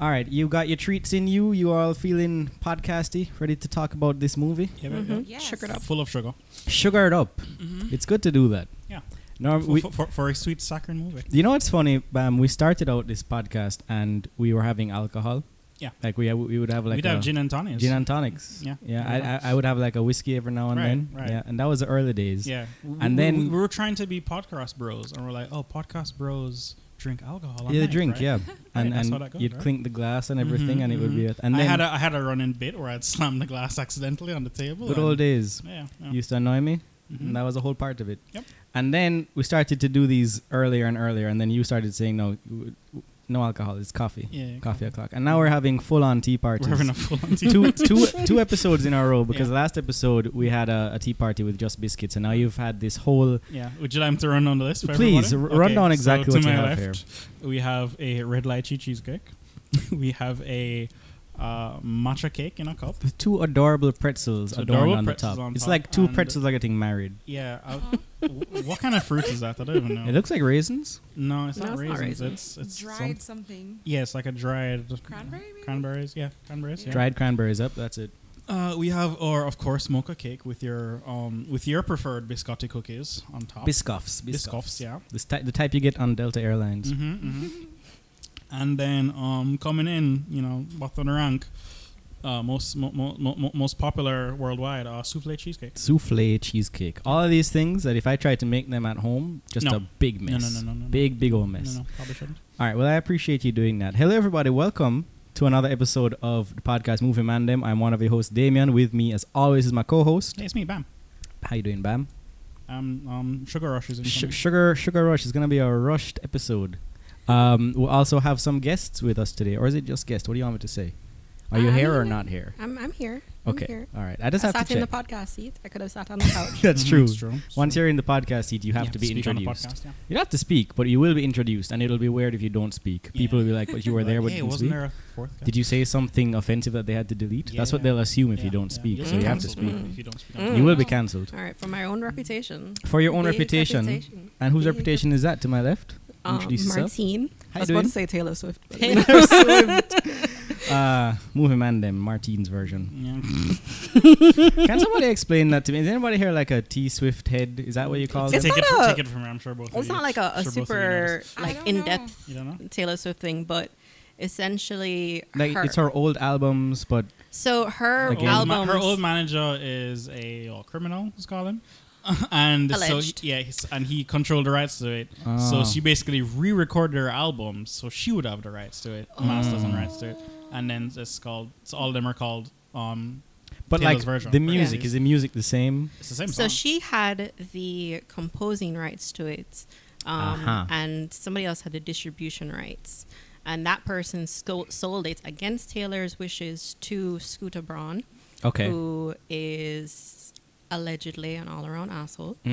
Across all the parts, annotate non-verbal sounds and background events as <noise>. All right, you got your treats in you. You all feeling podcasty, ready to talk about this movie? Yeah, but, uh, Yes. Sugar it up. Full of sugar. Sugar it up. Mm-hmm. It's good to do that. Yeah. Norm, we, for, for, for a sweet soccer movie. you know what's funny, Bam? We started out this podcast and we were having alcohol. Yeah. Like we we would have like We'd a have gin and tonics. gin and tonics. Yeah. Yeah. I, I I would have like a whiskey every now and Right, then. right. Yeah. And that was the early days. yeah. W- and w- then- we, we were trying to be podcast bros, and we're like, oh, podcast bros drink alcohol. Yeah, the the drink, <laughs> yeah, and that's and how that goes, you'd right? Mm-hmm, clink the glass and everything, and it would be. And I then had a I had a running bit where I'd <laughs> slam the glass accidentally on the table. good and- old days Yeah. yeah. used to annoy me, Mhm. and that was a whole part of it. Yep. And then we started to do these earlier and earlier, and then you started saying no, w- w- no alcohol, it's coffee, Yeah, yeah, coffee o'clock, and now we're having full on tea parties. We're having a full <laughs> on two, <laughs> two, two episodes in a row because Yeah. last episode we had a, a tea party with just biscuits, and now you've had this whole Yeah. Would you like me to run down the list? For Please, everybody? r- run down so exactly to what you my have left, We have a red lychee cheesecake. <laughs> we have a uh, matcha cake in a cup. the two adorable pretzels Two adorned adorable on the pretzels top. on it's top, like two and- pretzels are getting married. Yeah. Uh, Uh-huh. w- what kind of fruit is that? I don't even know. It looks like raisins. no, it's No, not it's not raisins. raisins. It's it's some- dried something. yeah, it's like a dried Cranberry, maybe? Cranberries. Yeah, cranberries. Yeah. Dried cranberries up. That's it. Uh, we have, or of course, mocha cake with your um with your preferred biscotti cookies on top. Biscoffs. Biscoffs, yeah. The, sti- the type you get on Delta Airlines. hmm and then um, coming in, you know, bottom of the rank, uh, most mo- mo- mo- mo- most popular worldwide are souffle cheesecake. Souffle, cheesecake. All of these things that if I try to make them at home, just No. a big No, mess. no, no, no, no, no. Big, big old mess. No, no, probably shouldn't. All right. Well, I appreciate you doing that. Hello, everybody. Welcome to another episode of the podcast Movie Mandem. I'm one of your hosts, Damien. With me, as always, is my co-host. Hey, it's me, bam. How you doing, Bam? Um, um, sugar rush is in. Sh- coming. sugar, sugar rush is gonna be a rushed episode. Um, we'll also have some guests with us today, or is it just guests? What do you want me to say? Are you Uh, here or I'm- not here? I'm, I'm here. I'm Okay. here. All right. I just I have sat to in check. the podcast seat. I could have sat on the <laughs> couch. That's Mhm, true. it's true. It's Once true. you're in the podcast seat, you have to be speak on the introduced. podcast, yeah. You don't have to speak, but you will be introduced, and it'll be weird if you don't speak. People Yeah. will be like, "But you were there, Like, but hey, you didn't speak. wasn't there a fourth? guy? Did you say something offensive that they had to delete?" Yeah, That's what yeah. they'll assume if you Yeah, don't yeah. speak. You'll So be you have to cancelled, speak. man, If you don't speak. on Mm. the You will be Oh. cancelled All right, for my own reputation. for your own Big reputation. And whose Big reputation is that to my left? Um, Introduce yourself. Martine. How I you was doing? about to say Taylor Swift. but- Taylor Swift. uh, movie man, them Martine's version. podcast, yeah. Can <laughs> somebody explain that to me? Is anybody here like a T Swift head? Is that what you call Take it? It's it not from- a- take it from. I'm sure both. of <laughs> It's you- not like a, a sure both of you super noticed. I like don't in depth You don't know. Taylor Swift thing, but essentially Like her. it's her old albums, but so her Again. old ma- album. her old manager is a uh, criminal, let's call him. <laughs> and Alleged. so yeah, he's, and he controlled the rights to it. Ah. So she basically re-recorded her album, so she would have the rights to it, masters and rights to it. Ah. And then it's called. So all of them are called. Um, but Taylor's like version, the right? music Yeah. is the music the same? it's the same So song. she had the composing rights to it, um, Uh-huh. and somebody else had the distribution rights. And that person sco- sold it against Taylor's wishes to Scooter Braun, Okay. who is allegedly an all-around asshole. Mm.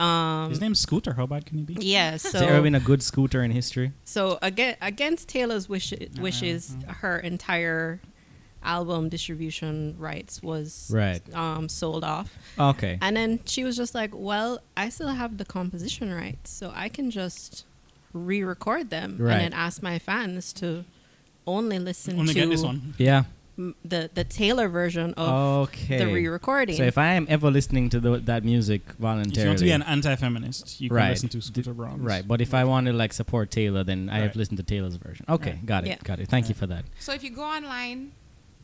Right. Um, His name's Scooter. How bad can he be? <laughs> Yeah, Has there ever so been a good scooter in history? so against, against Taylor's wishes, wishes Uh-huh. her entire album distribution rights was Right. um, sold off. Okay. And then she was just like, "Well, I still have the composition rights, so I can just re-record them Right. and then ask my fans to only listen Only to get this one. yeah. m- the the Taylor version of Okay. the re-recording." So if I am ever listening to tho- that music If you voluntarily, want to be an anti-feminist, you can Right. listen to Scooter Braun. right? But if I want to like support Taylor, then I have Right. listened to Taylor's version. Okay, Right. got it, Yeah. got it. Thank you for that. So if you go online,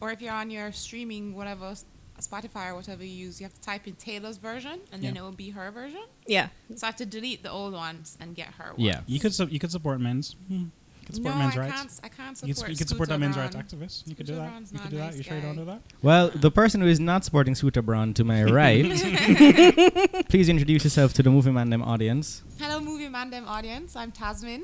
or if you're on your streaming, whatever, s- Spotify or whatever you use, you have to type in Taylor's version, and then Yeah. it will be her version. yeah, So I have to delete the old ones and get her. One. Yeah. You could su- you could support men's. Hmm. You could No, support I men's can't. rights. s- I can't You could, support. you could support that Scooter men's Braun. rights activist. You could do Scooter that. Braun's You not could a do that. nice You sure you don't guy. do that? Well, the person who is not supporting Scooter Braun to <laughs> my right, please introduce yourself to the Movie Mandem audience. Hello, movie mandem audience. I'm Tasmin.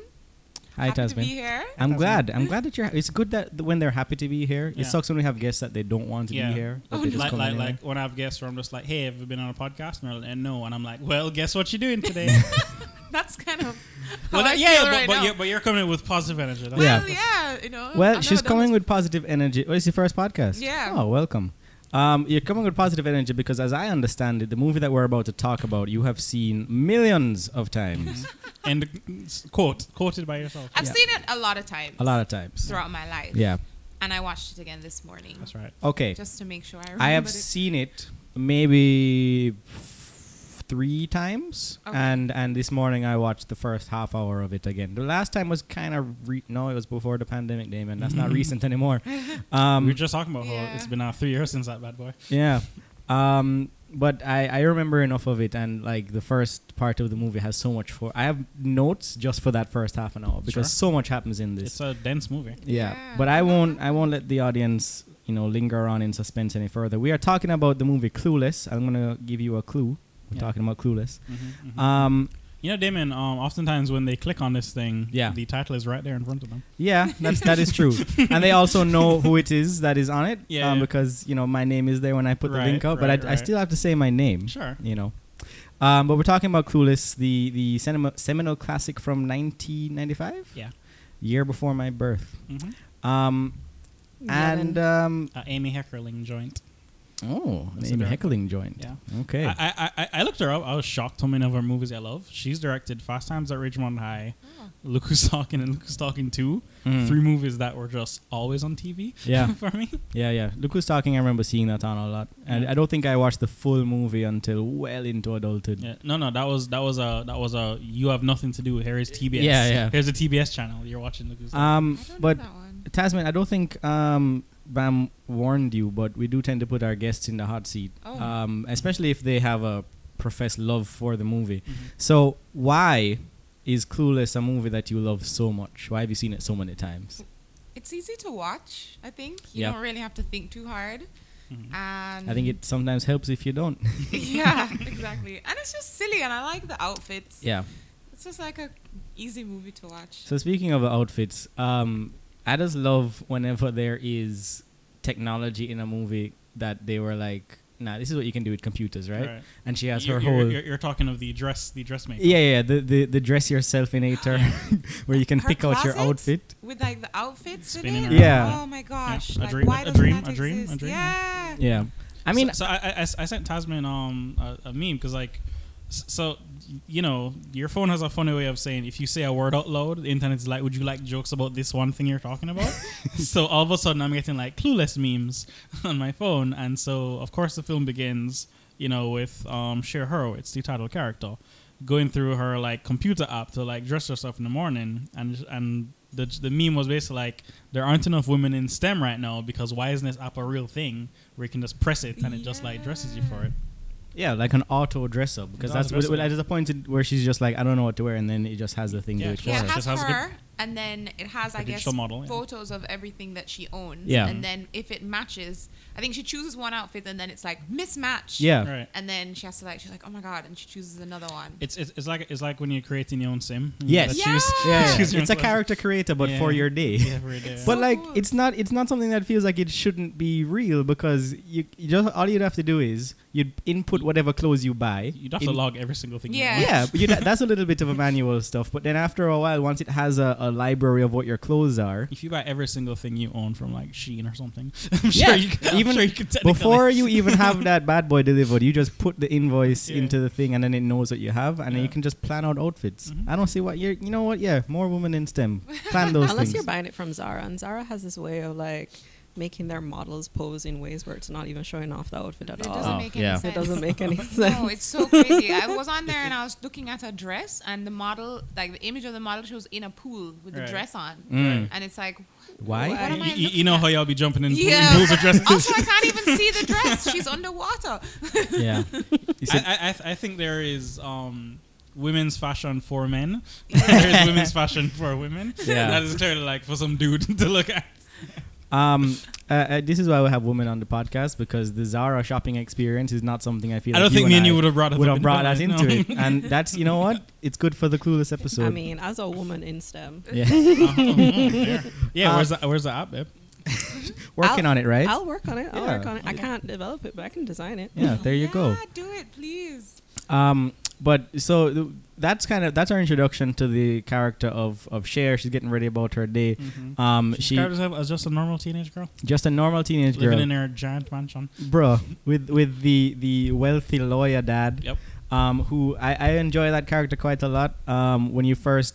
Hi, Happy to be Tasman. here. I'm Tasman. glad. I'm glad that you're. It's good that th- when they're happy to be here. Yeah. It sucks when we have guests that they don't want to Yeah. be here. but Oh, they no. just like, come like, anyway. like when I have guests where I'm just like, hey, have you been on a podcast? And they're like, no. And I'm like, well, guess what you're <laughs> doing today? <laughs> That's kind <laughs> of. well, how Oh, I that- yeah, feel but, right but, now. you're, but you're coming in with positive energy. That's Yeah. Well, yeah, you Mm, know. Well, I've she's never done coming with positive energy. Oh, it's your first podcast. Yeah. Oh, welcome. Um, you're coming with positive energy because, as I understand it, the movie that we're about to talk about, you have seen millions of times, Mm-hmm. and s- quote quoted by yourself. I've Yeah. seen it a lot of times. a lot of times. throughout my life. Yeah. And I watched it again this morning That's right. Okay. just to make sure I remember. I have it. seen it maybe f- three times, Okay. and and this morning I watched the first half hour of it again. The last time was kind of re- no, it was before the pandemic, Damon. That's <laughs> not recent anymore. we Um, were just talking about Yeah. how it's been uh, three years since that bad boy. yeah, um, but I I remember enough of it, and like the first part of the movie has so much for. I have notes just for that first half an hour because so much happens in this. It's a dense movie. Yeah. Yeah. But I won't I won't let the audience, you know, linger on in suspense any further. We are talking about the movie Clueless. I'm gonna give you a clue. We're Yeah. talking about Clueless. Mm-hmm, Um You know, Damon. Um, oftentimes when they click on this thing, Yeah. the title is right there in front of them. yeah, that's that is <laughs> true. and they also know who it is that is on it. Yeah, um, yeah. because, you know, my name is there when I put the Right, link up, but right, I, I right. still have to say my name. Sure. You know. Um, but we're talking about Clueless, the the cinema, seminal classic from 1995, Yeah. year before my birth. hmm Um, and um, Uh, Amy Heckerling joint. oh, That's name a direct- heckling joint. Yeah. Okay. I, I, I, I looked her up. I was shocked how many of her movies I love. She's directed Fast Times at Ridgemont High, Oh. Look Who's Talking, and Look Who's Talking 2. Mm. Three movies that were just always on TV Yeah. <laughs> for me. Yeah, yeah. Look who's talking. I remember seeing that on a lot, and Yeah. I don't think I watched the full movie until well into adulthood. Yeah. No, no, that was that was a that was a you have nothing to do. Here is TBS. Yeah, yeah. Here's the TBS channel. You're watching Look Who's Talking. Um, I don't but know that one. Tasman, I don't think um, Bam warned you, but we do tend to put our guests in the hot seat, Oh. um, especially if they have a professed love for the movie. Mhm. So, why is Clueless a movie that you love so much? Why have you seen it so many times? It's easy to watch, I think. You Yeah. don't really have to think too hard. Mhm. And I think it <laughs> sometimes helps if you don't. <laughs> <laughs> Yeah, exactly. And it's just silly and I like the outfits. yeah. It's just like a easy movie to watch. So speaking of outfits, um, I just love whenever there is technology in a movie that they were like, "Nah, this is what you can do with computers, right?" And she has you're, her you're- whole. You're, you're talking of the dress, the dressmaker. yeah, yeah, the, the, the dress yourself inator, <laughs> where you can Her pick out your closet? outfit. With like the outfits in Spinning it. around. Yeah. Oh my gosh. A Like, dream- why a doesn't dream- that a dream- a exist? dream, Yeah. Yeah, I mean, so, so I, I, I sent Tasman um a, a meme because like, s- so you know your phone has a funny way of saying if you say a word out loud, the internet is like, would you like jokes about this one thing you're talking about? so all of a sudden I'm getting like clueless memes <laughs> on my phone, and so of course the film begins, you know, with um Cher Horowitz, the title character, going through her like computer app to like dress herself in the morning, and and. The, the meme was basically like there aren't enough women in STEM right now because why isn't this app a real thing where you can just press it and it just like dresses you for it? yeah, like an auto dress up because An that's what, auto-dress-up. what I disappointed where she's just like, I don't know what to wear, and then it just has the thing Yeah, do it for Yeah, her. it has Just has a good- her, and then it has, I A guess, digital model, yeah. photos of everything that she owns. Yeah. And then if it matches, I think she chooses one outfit, and then it's like mismatch. Yeah, Right. And then she has to like, she's like, oh my god, and she chooses another one. It's, it's it's like it's like when you're creating your own sim. You Yes. gotta choose- <laughs> yeah, yeah. choose Mm. your it's a own clothes. character creator, but Yeah. for your day. Yeah, for your day, yeah. <laughs> But So like, cool. it's not it's not something that feels like it shouldn't be real because you, you just all you'd have to do is you'd input whatever clothes you buy. you'd have to in- log every single thing. you Yeah. want. Yeah, but you, that's a little bit of a manual stuff. But then after a while, once it has a, a library of what your clothes are, If you buy every single thing you own from like Shein or something, <laughs> I'm sure Yeah, you could, even even sure you could <laughs> technically- <laughs> before you even have that bad boy delivered, you just put the invoice Yeah. into the thing, and then it knows what you have, and then you Yeah. can just plan out outfits. Mhm. I don't see what you're. You know what? Yeah, more women in STEM. Plan those <laughs> Unless you're things. buying it from Zara, and Zara has this way of like making their models pose in ways where it's not even showing off the outfit at it all. doesn't Oh, make any yeah. sense. it doesn't make any <laughs> sense. No, it's so crazy. I was on <laughs> there and I was looking at a dress, and the model, like the image of the model, she was in a pool with the Right. dress on, Mm. and it's like, Why? What am I you, you- looking you know at? how y'all be jumping in Yeah. pools of dresses. <laughs> <laughs> also "Oh, I can't even see the dress. <laughs> She's underwater. <laughs> Yeah. You said- I, I- I, th- I think there is um, women's fashion for men. <laughs> there is women's fashion for women. Yeah. That is clearly like for some dude <laughs> to look at. Um, uh, uh, this is why we have women on the podcast because the Zara shopping experience is not something I feel. I like don't think and me and I you would have brought it would up have in brought that public, into no. <laughs> it, and that's you know what? It's good for the clueless episode. <laughs> I mean, as a woman in STEM, <laughs> yeah, Yeah, <laughs> Uh, where's the where's the app, babe? working on it, right? I'll work on it. I'll work Yeah. on it. I can't develop it, but I can design it. yeah, there you go. <laughs> Yeah, do it, please. Um, But so th- that's kind of that's our introduction to the character of of Cher. She's getting ready about her day. Mhm. Um, She she described herself as just a normal teenage girl just a normal teenage living in girl, her giant mansion. bro, with with the the wealthy lawyer dad. Yep. Um, who I I enjoy that character quite a lot. Um, when you first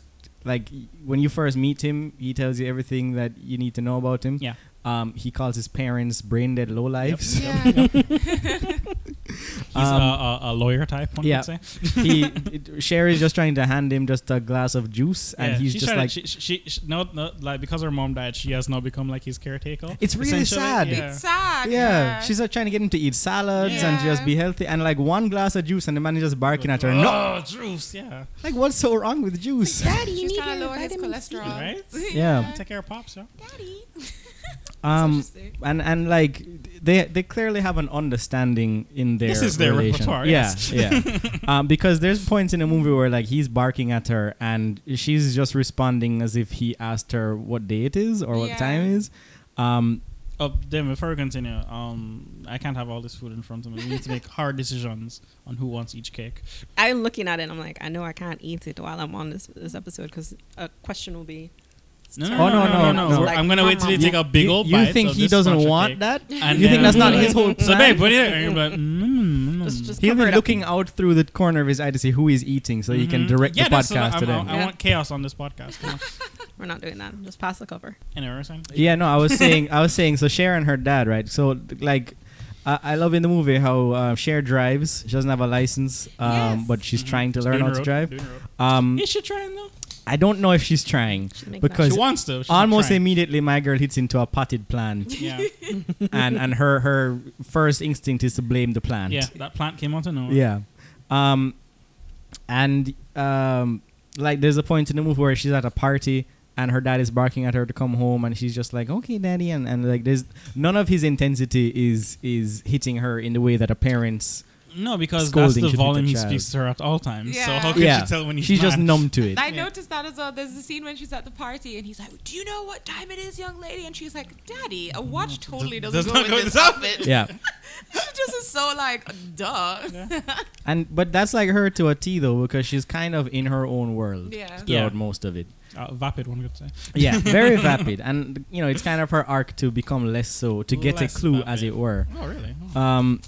like when you first meet him, he tells you everything that you need to know about him. Yeah. Um, he calls his parents brain dead lowlifes. Yeah. He's Um, a, a, a lawyer type, one yeah. could <laughs> say. he it, Sherry's just trying to hand him just a glass of juice, and Yeah, he's she just tried- like, she, she, she, no, no, like because her mom died, she has now become like his caretaker. It's really essentially, sad. Yeah. It's sad. yeah. She's like trying to get him to eat salads and Yeah. just be healthy, and like one glass of juice, and the man is just barking at her. No, Oh, juice, yeah. like what's so wrong with <laughs> juice? Daddy, She's trying to your lower his vitamin C. cholesterol. Right? Yeah. Take care of pops, yeah. Daddy. Um, That's interesting. and and like they they clearly have an understanding in their This is their relation. repertoire, Yeah, yes. yeah. <laughs> um, because there's points in the movie where like he's barking at her, and she's just responding as if he asked her what day it is or what Yeah. time it is. Um, Oh, then before we continue, um, I can't have all this food in front of me. We need to make hard decisions on who wants each cake. I'm looking at it. and I'm like, I know I can't eat it while I'm on this this episode because a question will be. No, no, Oh, no, no, no, no, no. We're- Like, I'm gonna wait till you you- take a big you, old you bite. think of he this doesn't sponge want cake, <laughs> that? and you think then- that's not his whole So, plan? babe, what do you? And you're like, mm, Just, just He'll cover be it up. looking out through the corner of his eye to see who he's eating, so he can Mhm. direct yeah, the that's- podcast I, to I, them. I want chaos on this podcast. Come on. We're not doing that. Just pass the cover. Anyway, we're saying. Yeah, no, I was saying, I was saying. So Cher and her dad, right? So like, I, I love in the movie how uh, Cher drives. She doesn't have a license, um, Yes. but she's Mhm. trying to Just learn doing how her to own- drive. doing her Um, own- Is she trying though? I don't know if she's trying. Should make Because- She Is- wants to. She's not Almost trying. immediately, my girl hits into a potted <laughs> plant, <laughs> Yeah, and and her her first instinct is to blame the plant. yeah. That plant came out of nowhere. Yeah. Um, and um, like there's a point in the movie where she's at a party and her dad is barking at her to come home and she's just like, okay, daddy. And, and like there's none of his intensity is is hitting her in the way that a parent's. No, because Scolding that's the should be the volume he child. speaks to her at all times. So Yeah. how can Yeah. she tell when he's she's just mad? numb to it. I Yeah. noticed that as well. There's a scene when she's at the party and he's like, "Do you know what time it is, young lady?" And she's like, "Daddy, a watch totally doesn't does go not <laughs> with go with this this <laughs> outfit." yeah. <laughs> she just is so like, "Duh." And but that's like her to a T though because she's kind of in her own world Yeah. throughout Yeah. most of it. Uh, vapid, one could say. Yeah, very vapid. And you know, it's kind of her arc to become less so, to get Less a clue as vapid. it were. Oh, really? Oh. Um,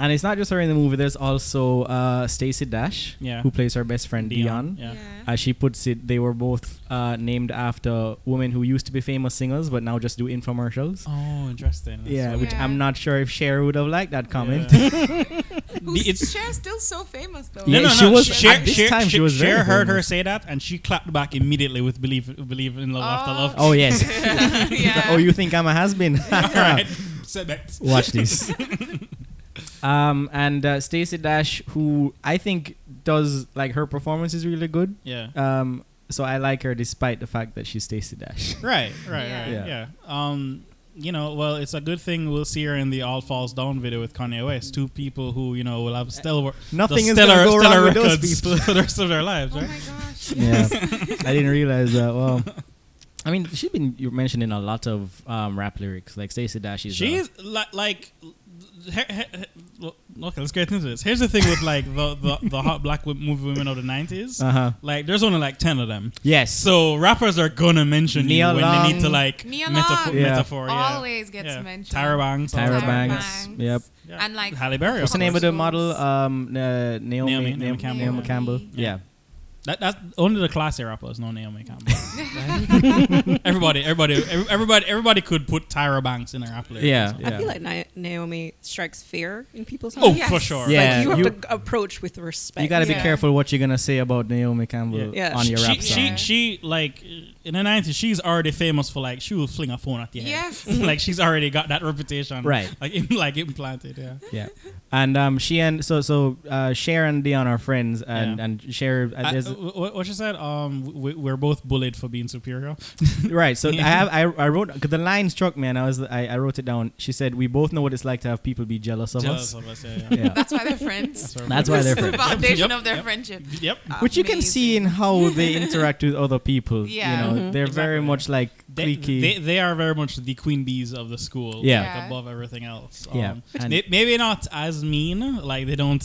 and it's not just her in the movie. There's also uh, Stacy Dash, Yeah. who plays her best friend Dion. Yeah. As she puts it, they were both uh, named after women who used to be famous singers but now just do infomercials. Oh, interesting. That's yeah, what- which Yeah. I'm not sure if Cher would have liked that comment. Yeah. Who's, The- it's- Cher's still so famous <laughs> though. Yeah, no, no, she no. was- Cher, at this Cher- time, she Cher- was very Cher heard her famous. say that, and she clapped back immediately with "Believe, believe in love after love." <laughs> Oh yes. yeah. oh, you think I'm a has <laughs> been? <laughs> All right, said that. Watch <laughs> this. um, and uh, Stacy Dash, who I think does like her performance is really good. Yeah. Um, so I like her despite the fact that she's Stacy Dash. Right. Right. Yeah. Right. Yeah. Yeah. Um. You know, well, it's a good thing we'll see her in the All Falls Down video with Kanye West. Two people who, you know, will have stellar, Nothing the is stellar, gonna go stellar wrong with those records people. <laughs> for the rest of their lives, Oh <laughs> right? my gosh. <laughs> Yeah, <laughs> I didn't realize that. Well, I mean, she's been you're mentioning a lot of um, rap lyrics, like Stacey Dash is. uh, She's li- like, he- he- he- well, okay, let's get into this. Here's the thing with like the the, the hot black wo- movie women of the '90s. uh huh. Like, there's only like ten of them. Yes. So rappers are gonna mention Nia you when Long. they need to like Nia metaphor, Long. Yeah. metaphor. Yeah. Always gets yeah. mentioned. Tyra Banks. Tyra Tyra Banks. Banks. Yep. Yeah. And like Halle Berry. What's the name of the Couples. model? Um, uh, Naomi, Naomi- Naomi, Campbell. Naomi Campbell. Naomi Campbell. Yeah. Yeah. That, that's only the classy rappers know Naomi <laughs> Campbell. everybody, everybody, every- everybody, everybody could put Tyra Banks in their rap lyric. Yeah, So- yeah. I feel like Na- Naomi strikes fear in people's Oh, minds. for Yes. sure. Yeah. Like you have you- to approach with respect. You gotta be Yeah. careful what you're gonna say about Naomi Campbell Yeah. Yeah. on your she, rap song. she, she, like, in the 90s, she's already famous for, like, she will fling a phone at the head. Yes. <laughs> like, she's already got that reputation. Right. Uh, Like, im- <laughs> like implanted, yeah. yeah. And um, she and so so uh, Cher and Dion are friends, and Yeah. and Cher uh, I, there's- what, what she said? Um, we, we're both bullied for being superior. Right. <laughs> So Yeah. I have I, I wrote 'cause the line struck me and I was I, I wrote it down. She said we both know what it's like to have people be jealous of us. Jealous of us, yeah, yeah. yeah. <laughs> That's why they're <laughs> friends. our- That's why they're the friends. foundation Yep, of their yep. friendship. Yep. Which you can see in Amazing. <laughs> how they interact with other people. Yeah. Mm-hmm. You know, Mhm. they're very Exactly. much like They, cliquey. they, they are very much the queen bees of the school. Yeah. like, Yeah. above everything else. Yeah, Um, and- may- maybe not as mean. Like they don't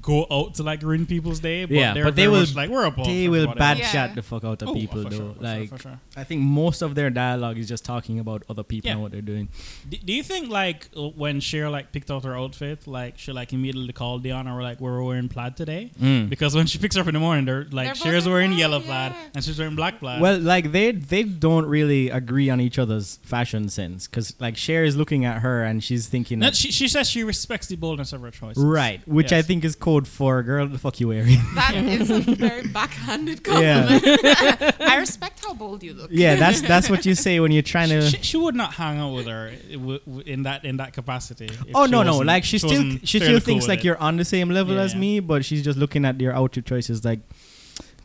go out to like ruin people's day. But Yeah, they're but they very will- much like we're above. they will everybody bad else." Yeah. shot the fuck out of Oh, people for though. sure, for sure, like for sure. I think most of their dialogue is just talking about other people Yeah. and what they're doing. Do, do you think like uh, when Cher like picked out her outfit, like she like immediately called Dion or like we're wearing plaid today? Mm. Because when she picks her up in the morning, they're like They're both Cher's in wearing plaid, yellow yeah. plaid and she's wearing black plaid. Well, like they they don't really agree on each other's fashion sense because like Cher is looking at her and she's thinking, no, she, she says she respects the boldness of her choices. right, which I Yes. think is code for girl, the fuck you <laughs> wearing. That <laughs> is a very backhanded yeah, compliment. I respect how bold <laughs> you look. <laughs> yeah, that's that's what you say when you're trying She, to. she, she would not hang out with her i- w- w- in that in that capacity. if Oh she no no! wasn't- Like she still wasn't she fairly still cool thinks with like it. you're on the same level Yeah, as yeah. me, but she's just looking at your outfit choices like,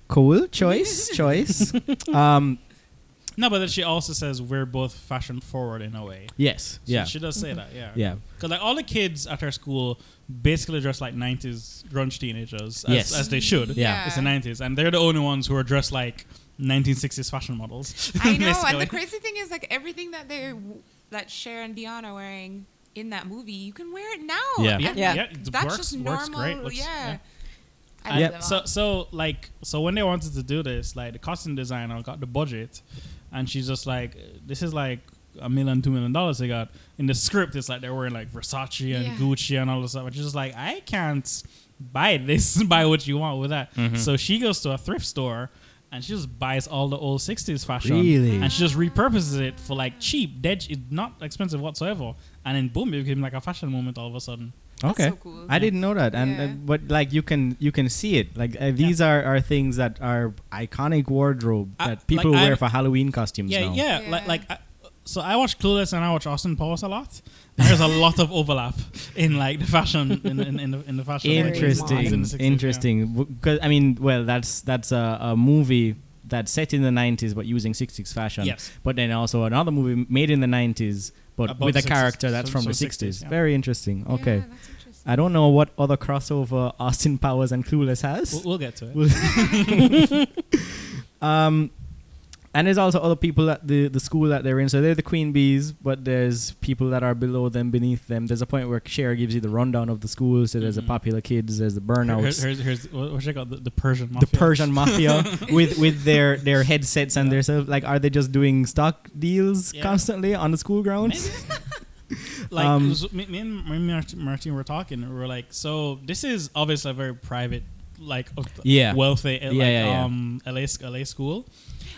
cool <laughs> choice choice. um, No, but then she also says we're both fashion forward in a way. yes, She- yeah, Mm-hmm. she, does say that. Yeah, yeah. Because like all the kids at her school basically dress like '90s grunge teenagers, as, Yes. as they should. Yeah. it's the '90s, and they're the only ones who are dressed like 1960s fashion models. <laughs> I know, and basically. the crazy thing is, like everything that they that Cher and Dion are wearing in that movie, you can wear it now. Yeah. yeah, And Yeah. yeah, it that's works, just normal. works great. Looks- yeah. I I- love them So all. so like so when they wanted to do this, like the costume designer got the budget, and she's just like, this is like a million, two million dollars they got. In the script, it's like they're wearing like Versace and Yeah. Gucci and all this stuff. And she's just like, I can't buy this, <laughs> buy what you want with that. So she goes to a thrift store. And she just buys all the old '60s fashion, Really? and she just repurposes it for like cheap, dead, it's not expensive whatsoever. And then boom, it became like a fashion moment all of a sudden. That's Okay, so cool. I didn't know that, and uh, Yeah. but like you can you can see it. Like uh, these are, are things that are iconic wardrobe Uh, that people like, wear I'm- for Halloween costumes. Yeah, now. yeah, Yeah. Like, like I, so I watch Clueless and I watch Austin Powers a lot. <laughs> And there's a lot of overlap in like the fashion in, in, in, the, in the fashion. Very interesting, modern. in the 60s, yeah. interesting. Because I mean, well, that's that's a, a movie that's set in the '90s but using '60s fashion. Yes. Uh, But then also another movie made in the '90s but About with a 60s, character that's so- from so the 60s, '60s. yeah. Very interesting. Okay. Yeah, that's interesting. I don't know what other crossover Austin Powers and Clueless has. We'll, we'll get to it. Um, and there's also other people at the, the school that they're in. So they're the queen bees, but there's people that are below them, beneath them. There's a point where Cher gives you the rundown of the school. So there's Mhm. the popular kids, there's the Here- burnouts, here's, here's what what should I call it? the, the Persian the mafia. Persian mafia <laughs> with, with their, their headsets and Yeah. their self. Like, are they just doing stock deals Yeah. constantly on the school grounds? Like um, it was- me, me and me and Mart- Martin were talking. and We were like, so this is obviously a very private, like of- Yeah. wealthy, uh, like, Yeah, yeah, yeah. um, LA sc- LA school.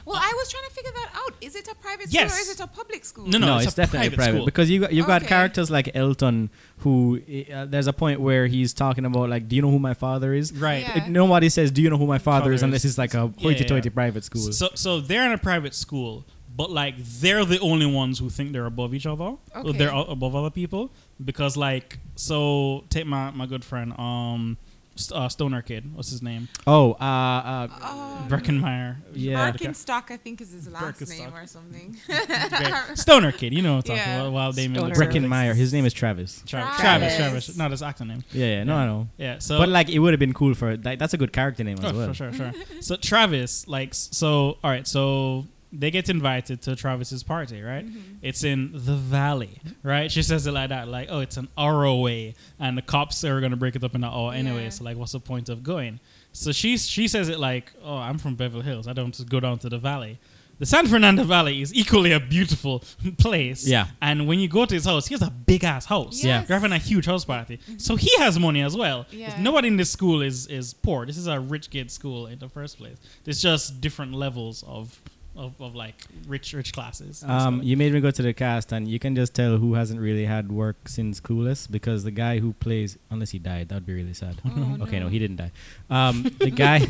Well, I was trying to figure that out. Is it a private Yes. school or is it a public school? No, no. it's a private school. because you got, you got Okay. characters like Elton, who uh, there's a point where he's talking about like, do you know who my father is? Right. Yeah. It- nobody says, "Do you know who my father, Father is?" is- Unless it's like a yeah, yeah, hoity-toity yeah. private school. So, so they're in a private school, but like they're the only ones who think they're above each other. Okay. They're a- above other people because like so take my my good friend um St- uh, Stoner kid, what's his name? oh, uh, uh, Um, Breckenmeyer. Yeah. Birkenstock, I think, is his last name Birkenstock. or something. <laughs> Great. Stoner kid, you know what I'm talking Yeah. about. Wild Damon Stoner. Lewis. Breckenmeyer. His name is Travis. Travis. Travis. Travis, Travis. No, that's actor name. Yeah, yeah. No, I know. Yeah. So but like, it would have been cool for like, that's a good character name as Oh, well. sure, sure, sure. so Travis, like, s- so all right, so they get invited to Travis's party, right? It's in the valley, right? She says it like that, like, oh, it's an ROA, and the cops are gonna break it up in the O anyway. Yeah. So like, what's the point of going? So she she says it like, oh, I'm from Beverly Hills. I don't just go down to the valley. The San Fernando Valley is equally a beautiful <laughs> place. Yeah. And when you go to his house, he has a big ass house. Yeah. They're having a huge house party. So he has money as well. Mm-hmm. Yeah. No Nobody in this school is is poor. This is a rich kid school in the first place. There's just different levels of of, of like rich rich classes. Um, So- you made me go to the cast, and you can just tell who hasn't really had work since Clueless because the guy who plays, unless he died, that'd be really sad. Oh, <laughs> okay, no. no. he didn't die. Um, the <laughs> guy,